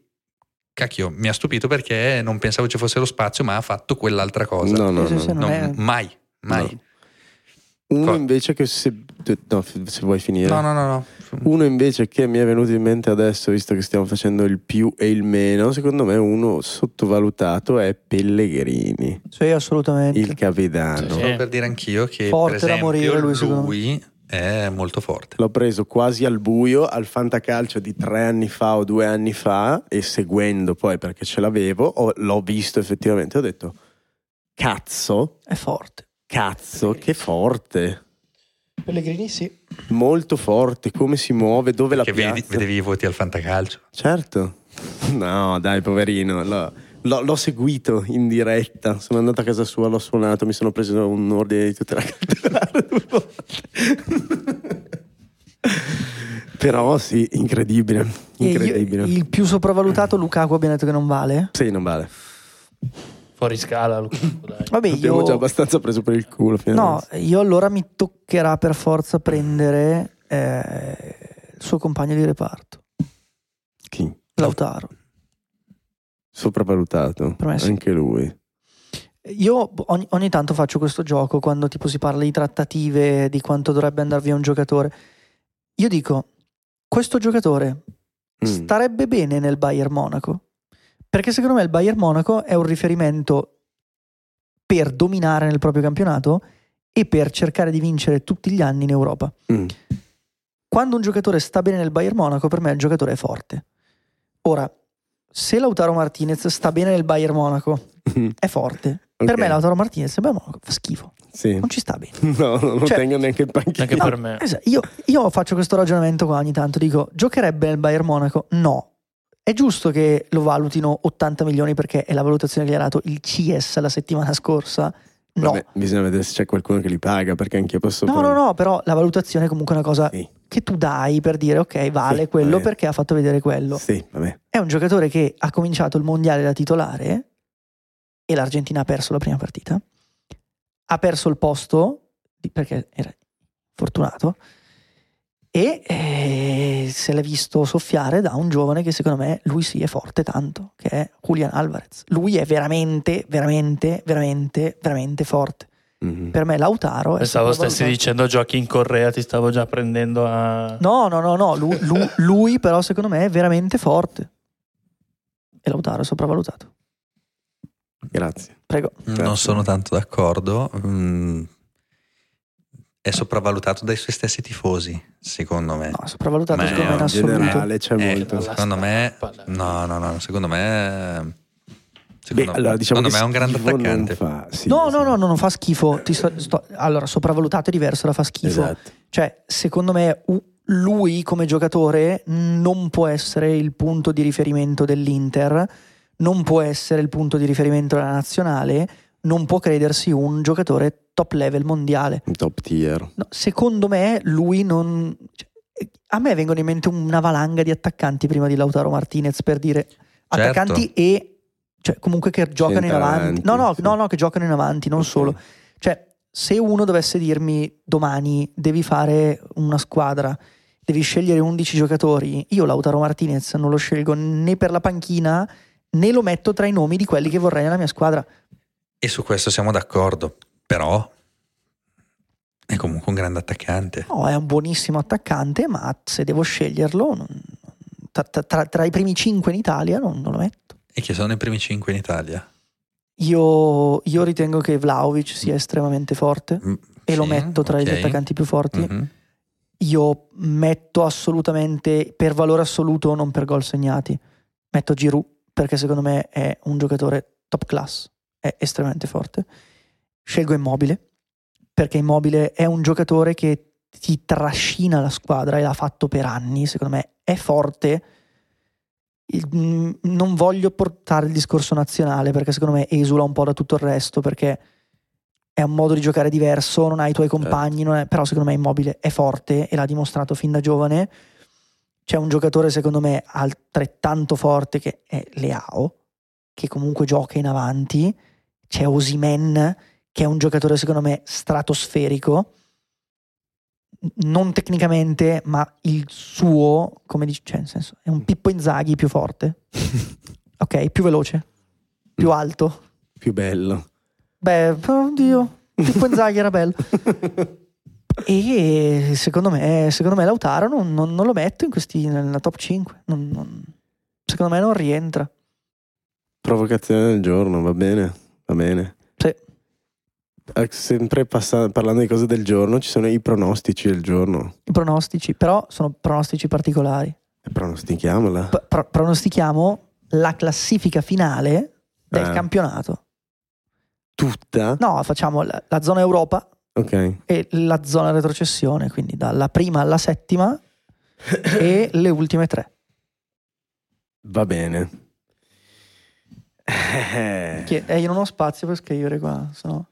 Speaker 3: cacchio, mi ha stupito perché non pensavo ci fosse lo spazio, ma ha fatto quell'altra cosa.
Speaker 4: No, no,
Speaker 1: Sì,
Speaker 4: no.
Speaker 1: sì, sì, non
Speaker 3: Non-
Speaker 1: è-
Speaker 3: Mai, mai.
Speaker 4: Uno
Speaker 3: Co-
Speaker 4: invece che se, no, se vuoi finire.
Speaker 3: No, no, no, no.
Speaker 4: Uno invece che mi è venuto in mente adesso, visto che stiamo facendo il più e il meno, secondo me uno sottovalutato è Pellegrini,
Speaker 1: Sì, assolutamente.
Speaker 4: il capitano.
Speaker 5: Sì, sì.
Speaker 3: Solo Ah, per dire anch'io che
Speaker 1: Forte
Speaker 3: per
Speaker 1: da
Speaker 3: esempio,
Speaker 1: morire lui, secondo me.
Speaker 3: lui è molto forte.
Speaker 4: L'ho preso quasi al buio al fantacalcio di tre anni fa o due anni fa e seguendo poi perché ce l'avevo, ho- l'ho visto effettivamente, ho detto cazzo,
Speaker 1: È forte.
Speaker 4: cazzo, che forte,
Speaker 1: Pellegrini sì.
Speaker 4: molto forte, come si muove, dove la
Speaker 3: Che
Speaker 4: piazza.
Speaker 3: vedi- vedevi i voti al fantacalcio.
Speaker 4: Certo. No, dai, poverino. L'ho, l'ho- l'ho seguito in diretta. Sono andato a casa sua, l'ho suonato, mi sono preso un ordine di tutela cautelare due volte. Però sì, incredibile.
Speaker 1: E io-
Speaker 4: Incredibile. Mm.
Speaker 1: il più sopravvalutato Lukaku abbiamo detto che non vale.
Speaker 4: Sì, non vale.
Speaker 5: Fuori scala, Lukaku, dai.
Speaker 1: Vabbè,
Speaker 4: Abbiamo
Speaker 1: io
Speaker 4: già abbastanza preso per il
Speaker 1: No,
Speaker 4: culo. finalmente.
Speaker 1: io allora mi toccherà per forza prendere eh, il suo compagno di reparto,
Speaker 4: Chi?
Speaker 1: Lautaro.
Speaker 4: Sopravvalutato.
Speaker 1: Per me sì.
Speaker 4: Anche lui.
Speaker 1: Io ogni, ogni tanto faccio questo gioco quando tipo si parla di trattative, di quanto dovrebbe andar via un giocatore. Io dico, questo giocatore
Speaker 4: Mm.
Speaker 1: starebbe bene nel Bayern Monaco, perché secondo me il Bayern Monaco è un riferimento per dominare nel proprio campionato e per cercare di vincere tutti gli anni in Europa.
Speaker 4: Mm.
Speaker 1: quando un giocatore sta bene nel Bayern Monaco, per me il giocatore è forte. Ora, se Lautaro Martinez sta bene nel Bayern Monaco, è forte. Per
Speaker 4: Ok.
Speaker 1: me Lautaro Martinez nel Bayern Monaco fa schifo,
Speaker 4: Sì.
Speaker 1: non ci sta bene.
Speaker 4: No, non lo
Speaker 1: Cioè-
Speaker 4: tengo neanche in panchina.
Speaker 5: Anche per me.
Speaker 1: Esatto, Io, io faccio questo ragionamento qua ogni tanto, dico, giocherebbe nel Bayern Monaco? No. È giusto che lo valutino 80 milioni perché è la valutazione che gli ha dato il CS la settimana scorsa? No.
Speaker 4: Vabbè, bisogna vedere se c'è qualcuno che li paga, perché anch'io posso
Speaker 1: No, no, no, però la valutazione è comunque una cosa
Speaker 4: Sì.
Speaker 1: che tu dai per dire ok, vale
Speaker 4: Sì,
Speaker 1: quello
Speaker 4: vabbè.
Speaker 1: perché ha fatto vedere quello.
Speaker 4: Sì, vabbè.
Speaker 1: È un giocatore che ha cominciato il mondiale da titolare e l'Argentina ha perso la prima partita. Ha perso il posto di- perché era fortunato e eh, se l'è visto soffiare da un giovane che secondo me lui sì è forte tanto, che è Julian Alvarez. Lui è veramente, veramente, veramente, veramente forte.
Speaker 4: Mhm.
Speaker 1: Per me Lautaro è
Speaker 5: Pensavo
Speaker 1: stato
Speaker 5: stessi
Speaker 1: valutato-
Speaker 5: dicendo giochi in Corea, ti stavo già prendendo a...
Speaker 1: No, no, no, no, lu- lu- lui, però secondo me è veramente forte. E Lautaro è sopravvalutato.
Speaker 4: Grazie.
Speaker 1: Prego.
Speaker 3: Non sono tanto d'accordo. mm, È sopravvalutato dai suoi stessi tifosi, secondo me.
Speaker 1: No, sopravvalutato
Speaker 3: Ma
Speaker 1: secondo me
Speaker 3: no,
Speaker 1: in
Speaker 3: in
Speaker 1: assoluto.
Speaker 4: generale c'è
Speaker 3: Eh,
Speaker 4: molto.
Speaker 5: la
Speaker 3: secondo me,
Speaker 5: stampa, dai.
Speaker 3: no, no, no. Secondo me,
Speaker 4: Beh,
Speaker 3: secondo,
Speaker 4: allora diciamo
Speaker 3: secondo
Speaker 4: che
Speaker 3: me è un grande
Speaker 4: schifo non
Speaker 3: attaccante.
Speaker 4: fa. Sì,
Speaker 1: No, no,
Speaker 4: esatto.
Speaker 1: no, no, non fa schifo. Ti sto- sto- allora, sopravvalutato è diverso da fa schifo.
Speaker 4: Esatto.
Speaker 1: Cioè, secondo me u- lui come giocatore non può essere il punto di riferimento dell'Inter, non può essere il punto di riferimento della nazionale, non può credersi un giocatore top level mondiale.
Speaker 4: Un top tier.
Speaker 1: No, secondo me lui non... cioè, eh, a me vengono in mente una valanga di attaccanti prima di Lautaro Martinez per dire attaccanti e cioè, comunque che giocano in avanti.
Speaker 4: Certo. Centravanti,
Speaker 1: No, no,
Speaker 4: sì.
Speaker 1: no, no, che giocano in avanti, non
Speaker 4: Ok.
Speaker 1: solo. Cioè, se uno dovesse dirmi domani devi fare una squadra, devi scegliere 11 giocatori, io Lautaro Martinez non lo scelgo né per la panchina né lo metto tra i nomi di quelli che vorrei nella mia squadra.
Speaker 3: E su questo siamo d'accordo, però È comunque un grande attaccante.
Speaker 1: No, è un buonissimo attaccante, ma se devo sceglierlo, non- tra, tra- tra i primi 5 in Italia non, non lo metto.
Speaker 3: E chi sono i primi 5 in Italia?
Speaker 1: Io, io ritengo che Vlaovic sia estremamente forte
Speaker 3: Mm,
Speaker 1: e lo
Speaker 3: sì,
Speaker 1: metto tra
Speaker 3: ok.
Speaker 1: gli attaccanti più forti.
Speaker 3: Mhm.
Speaker 1: Io metto assolutamente per valore assoluto, non per gol segnati. Metto Giroud perché secondo me è un giocatore top class, è estremamente forte. Scelgo Immobile perché Immobile è un giocatore che ti trascina la squadra e l'ha fatto per anni, secondo me è forte. Il- mm, non voglio portare il discorso nazionale perché secondo me esula un po' da tutto il resto perché è un modo di giocare diverso, non hai i tuoi compagni, non è- però secondo me Immobile è forte e l'ha dimostrato fin da giovane. C'è un giocatore secondo me altrettanto forte che è Leao, che comunque gioca in avanti. C'è Osimen, che è un giocatore secondo me stratosferico. Non tecnicamente, ma il suo, come dice, cioè, nel senso, è un Pippo Inzaghi più forte. ok, più veloce, più alto.
Speaker 4: Più bello.
Speaker 1: Beh, oddio, Pippo Inzaghi era bello. E secondo me, secondo me Lautaro non, non- non lo metto in questi, nella top 5. Non- non- secondo me non rientra.
Speaker 4: Provocazione del giorno, va bene, va bene.
Speaker 1: Sì.
Speaker 4: Eh, Sempre passa- parlando di cose del giorno, ci sono i pronostici del giorno.
Speaker 1: I pronostici, però sono pronostici particolari.
Speaker 4: Eh, Pronostichiamola.
Speaker 1: P- pro- pronostichiamo la classifica finale del
Speaker 4: Eh.
Speaker 1: campionato.
Speaker 4: Tutta?
Speaker 1: No, facciamo la, la zona Europa
Speaker 4: Ok.
Speaker 1: e la zona retrocessione, quindi dalla prima alla settima e le ultime tre.
Speaker 4: Va bene. Eh,
Speaker 1: Che- eh, io non ho spazio per scrivere qua, sennò-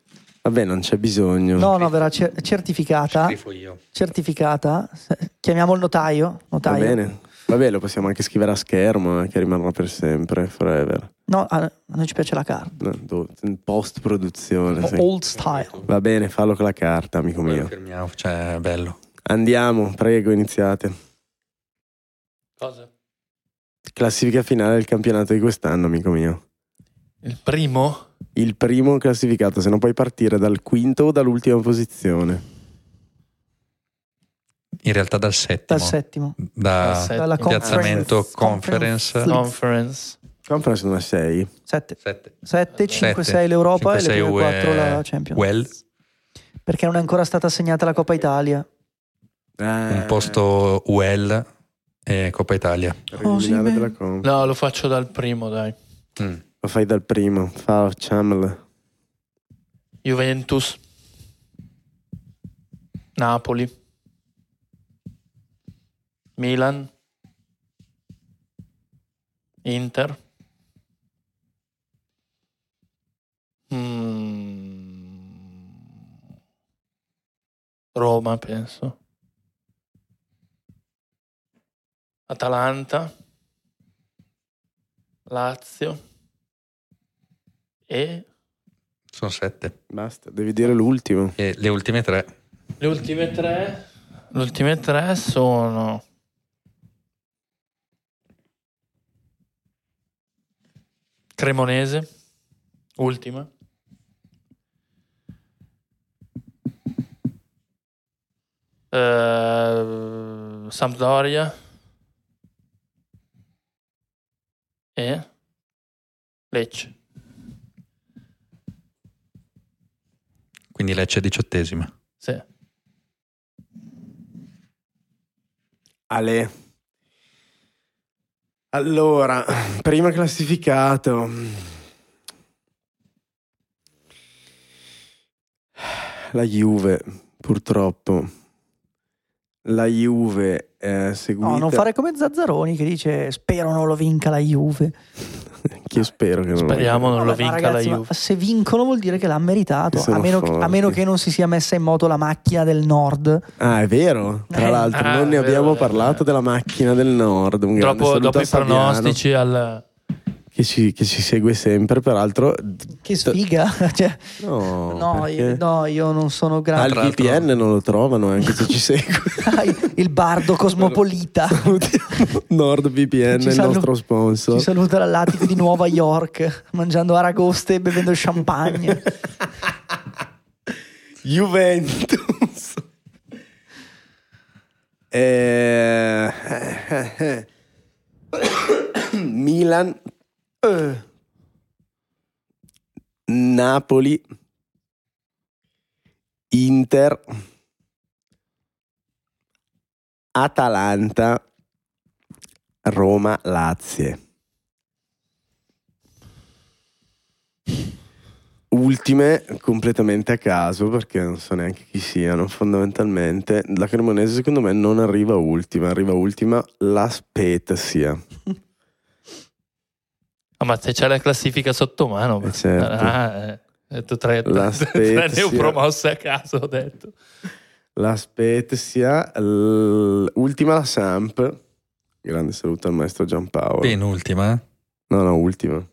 Speaker 4: Vabbè, non c'è bisogno.
Speaker 1: No, no, verrà cer- certificata.
Speaker 3: Scrivo io.
Speaker 1: certificata. Se- Chiamiamo il notaio.
Speaker 4: Va
Speaker 1: notaio.
Speaker 4: bene. Vabbè, lo possiamo anche scrivere a schermo, eh, che rimarrà per sempre, forever.
Speaker 1: No, a a noi ci piace la carta.
Speaker 4: No, boh, do- Post produzione.
Speaker 1: Old style.
Speaker 4: Va bene, fallo con la carta, amico
Speaker 3: Quello
Speaker 4: mio.
Speaker 3: firmiamo, cioè è bello.
Speaker 4: Andiamo, prego, iniziate.
Speaker 5: Cosa?
Speaker 4: Classifica finale del campionato di quest'anno, amico mio.
Speaker 5: Il primo?
Speaker 4: Il primo classificato, se non puoi partire dal quinto o dall'ultima posizione.
Speaker 3: In realtà dal settimo.
Speaker 1: Dal settimo.
Speaker 3: Da-
Speaker 5: Dal settimo.
Speaker 1: Dalla
Speaker 5: Conference.
Speaker 3: piazzamento Eh, conference.
Speaker 5: Conference.
Speaker 4: Conference una 6.
Speaker 1: 7.
Speaker 3: Sette.
Speaker 1: 5,
Speaker 3: Sette.
Speaker 1: 6 l'Europa e
Speaker 3: Cinque,
Speaker 1: le
Speaker 3: sei
Speaker 1: prime 4
Speaker 3: UE
Speaker 1: la Champions.
Speaker 3: Well.
Speaker 1: Perché non è ancora stata assegnata la Coppa Italia.
Speaker 3: Un posto UEL e Coppa Italia.
Speaker 4: Eh, preliminare
Speaker 1: Osimhen.
Speaker 4: della Conference.
Speaker 5: No, lo faccio dal primo, dai.
Speaker 3: Mm.
Speaker 4: Lo fai dal primo, facciamolo.
Speaker 5: Juventus. Napoli. Milan. Inter. Hmm. Mm. Roma, penso. Atalanta. Lazio. E
Speaker 3: Sono sette.
Speaker 4: Basta, devi dire l'ultimo.
Speaker 3: E le ultime tre.
Speaker 5: Le ultime tre. Le ultime tre sono. Cremonese, ultima. Eh, Sampdoria. E Lecce.
Speaker 3: Quindi Lecce è diciottesima.
Speaker 5: Sì.
Speaker 4: Ale. Allora, prima classificato. La Juve, purtroppo. La Juve eh, seguita...
Speaker 1: No, non fare come Zazzaroni che dice spero non lo vinca la Juve.
Speaker 4: Che io spero che non lo-
Speaker 5: Speriamo non lo
Speaker 1: Vabbè, ma
Speaker 5: vinca
Speaker 1: ragazzi,
Speaker 5: la
Speaker 1: ma
Speaker 5: Juve.
Speaker 1: se vincono vuol dire che l'ha meritato.
Speaker 4: Che sono
Speaker 1: A meno, che, a
Speaker 4: forti.
Speaker 1: meno che non si sia messa in moto la macchina del nord.
Speaker 4: Ah, è vero. Tra
Speaker 1: Eh.
Speaker 4: l'altro,
Speaker 5: Ah,
Speaker 4: non ne
Speaker 5: è vero,
Speaker 4: abbiamo
Speaker 5: è vero,
Speaker 4: parlato
Speaker 5: è vero.
Speaker 4: della macchina del nord. Un grande
Speaker 5: Dopo,
Speaker 4: saluto
Speaker 5: dopo
Speaker 4: a
Speaker 5: i
Speaker 4: Fabiano,
Speaker 5: pronostici al...
Speaker 4: Che ci, che ci segue sempre, peraltro.
Speaker 1: Che sfiga. Cioè,
Speaker 4: No,
Speaker 1: no, io,
Speaker 4: perché-
Speaker 1: no, io non sono
Speaker 4: Ah,
Speaker 1: grande.
Speaker 4: il
Speaker 3: Tra l'altro-
Speaker 4: VPN non lo trovano anche se ci segue.
Speaker 1: Ah, il bardo cosmopolita.
Speaker 4: Salutiamo NordVPN,
Speaker 1: Ci
Speaker 4: il
Speaker 1: salu-
Speaker 4: nostro sponsor.
Speaker 1: Ci saluta dall'attico di Nuova York, mangiando aragoste e bevendo champagne.
Speaker 4: Juventus. Eh, eh, eh. Milan. Eh. Napoli. Inter. Atalanta. Roma, Lazio. Ultime completamente a caso perché non so neanche chi siano. Fondamentalmente, la Cremonese secondo me non arriva ultima, arriva ultima la Spezia.
Speaker 5: Ah, ma se c'è la classifica sotto mano,
Speaker 4: Eh, certo.
Speaker 5: ah, eh, ho detto tre,
Speaker 4: La
Speaker 5: tre- tre
Speaker 4: Spezia.
Speaker 5: neopromosse a caso, ho detto.
Speaker 4: La Spezia, l- ultima la Samp. Grande saluto al maestro Giampaolo.
Speaker 3: Penultima. eh?
Speaker 4: No, no, ultima.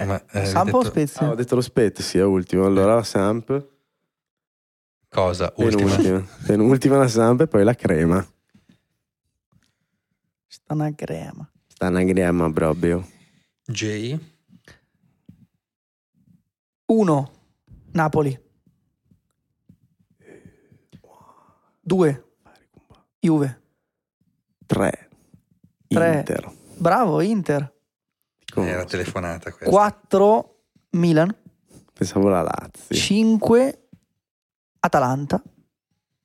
Speaker 3: Eh, ma, eh,
Speaker 1: Sampo o
Speaker 3: detto-
Speaker 1: Spezia?
Speaker 4: Ah, ho detto lo Spezia, ultima. Allora la Samp,
Speaker 3: Cosa? Ultima.
Speaker 4: penultima. penultima la Samp e poi la Crema.
Speaker 1: Sta una crema.
Speaker 4: Sta una crema proprio.
Speaker 3: J.
Speaker 1: 1. Napoli. 2. Juve.
Speaker 4: 3.
Speaker 1: Tre.
Speaker 4: Inter.
Speaker 1: Bravo, Inter.
Speaker 4: Ti conosco.
Speaker 3: Era telefonata questa.
Speaker 1: 4. Milan.
Speaker 4: Pensavo la Lazio.
Speaker 1: 5. Atalanta.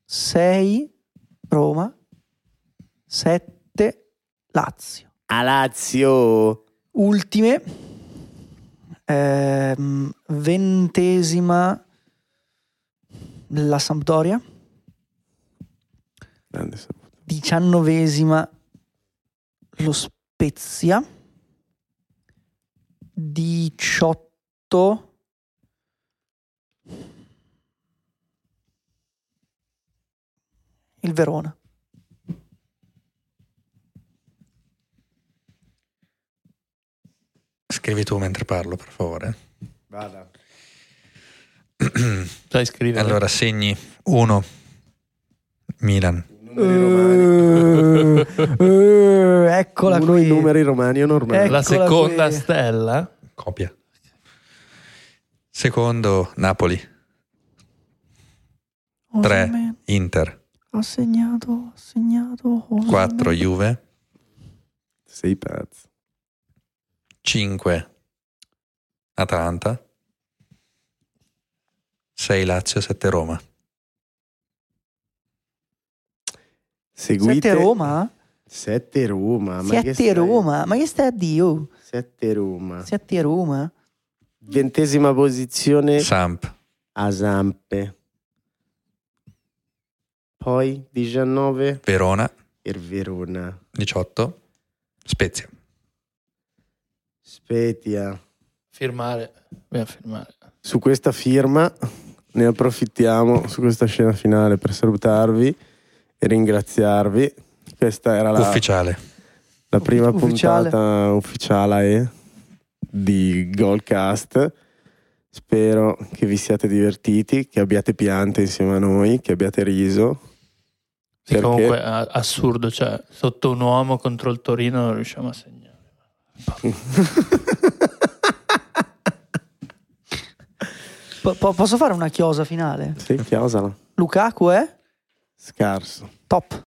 Speaker 1: 6. Roma. 7. Lazio.
Speaker 4: A Lazio.
Speaker 1: ultime. Ehm, ventesima la Sampdoria,
Speaker 4: Grande saluto.
Speaker 1: diciannovesima lo Spezia, diciotto il Verona.
Speaker 3: Scrivi tu mentre parlo, per favore.
Speaker 4: Vada.
Speaker 5: Sai Cioè, scrivere.
Speaker 3: Allora, segni 1. Milan.
Speaker 4: Numeri romani.
Speaker 1: Eh, eccola
Speaker 4: Uno
Speaker 1: qui.
Speaker 4: i numeri romani o normali.
Speaker 1: Ecco.
Speaker 5: la
Speaker 1: eccola
Speaker 5: seconda
Speaker 1: qui.
Speaker 5: stella,
Speaker 3: Copia. Secondo, Napoli. Tre.
Speaker 1: Osimhen,
Speaker 3: Inter.
Speaker 1: Ha segnato, ha segnato. Osimhen.
Speaker 3: 4. Juve.
Speaker 4: Sei pazzo.
Speaker 3: 5 Atalanta 6 Lazio 7 Roma
Speaker 4: Seguite.
Speaker 1: Sette Roma?
Speaker 4: 7 Roma. Ah, ma che Ah.
Speaker 1: Sette
Speaker 4: stai-
Speaker 1: Roma, ma che stai a Dio?
Speaker 4: 7 Roma.
Speaker 1: Sette Roma?
Speaker 4: Ventesima posizione
Speaker 3: Samp
Speaker 4: a Zampe. Poi 19
Speaker 3: Verona
Speaker 4: per Verona.
Speaker 3: 18 Spezia
Speaker 4: Spezia.
Speaker 5: firmare. Dobbiamo firmare.
Speaker 4: Su questa firma ne approfittiamo su questa scena finale per salutarvi e ringraziarvi. Questa era la,
Speaker 3: ufficiale
Speaker 4: la prima
Speaker 1: Ufficiale.
Speaker 4: puntata ufficiale eh, di Goalcast. Spero che vi siate divertiti, che abbiate piante insieme a noi, che abbiate riso.
Speaker 5: Sì,
Speaker 4: Perché?
Speaker 5: comunque a- assurdo, cioè sotto un uomo contro il Torino non riusciamo a segnare.
Speaker 1: Po- po- posso fare una chiosa finale? eh?
Speaker 4: Sì, chiosala.
Speaker 1: Lukaku è
Speaker 4: Scarso.
Speaker 1: top.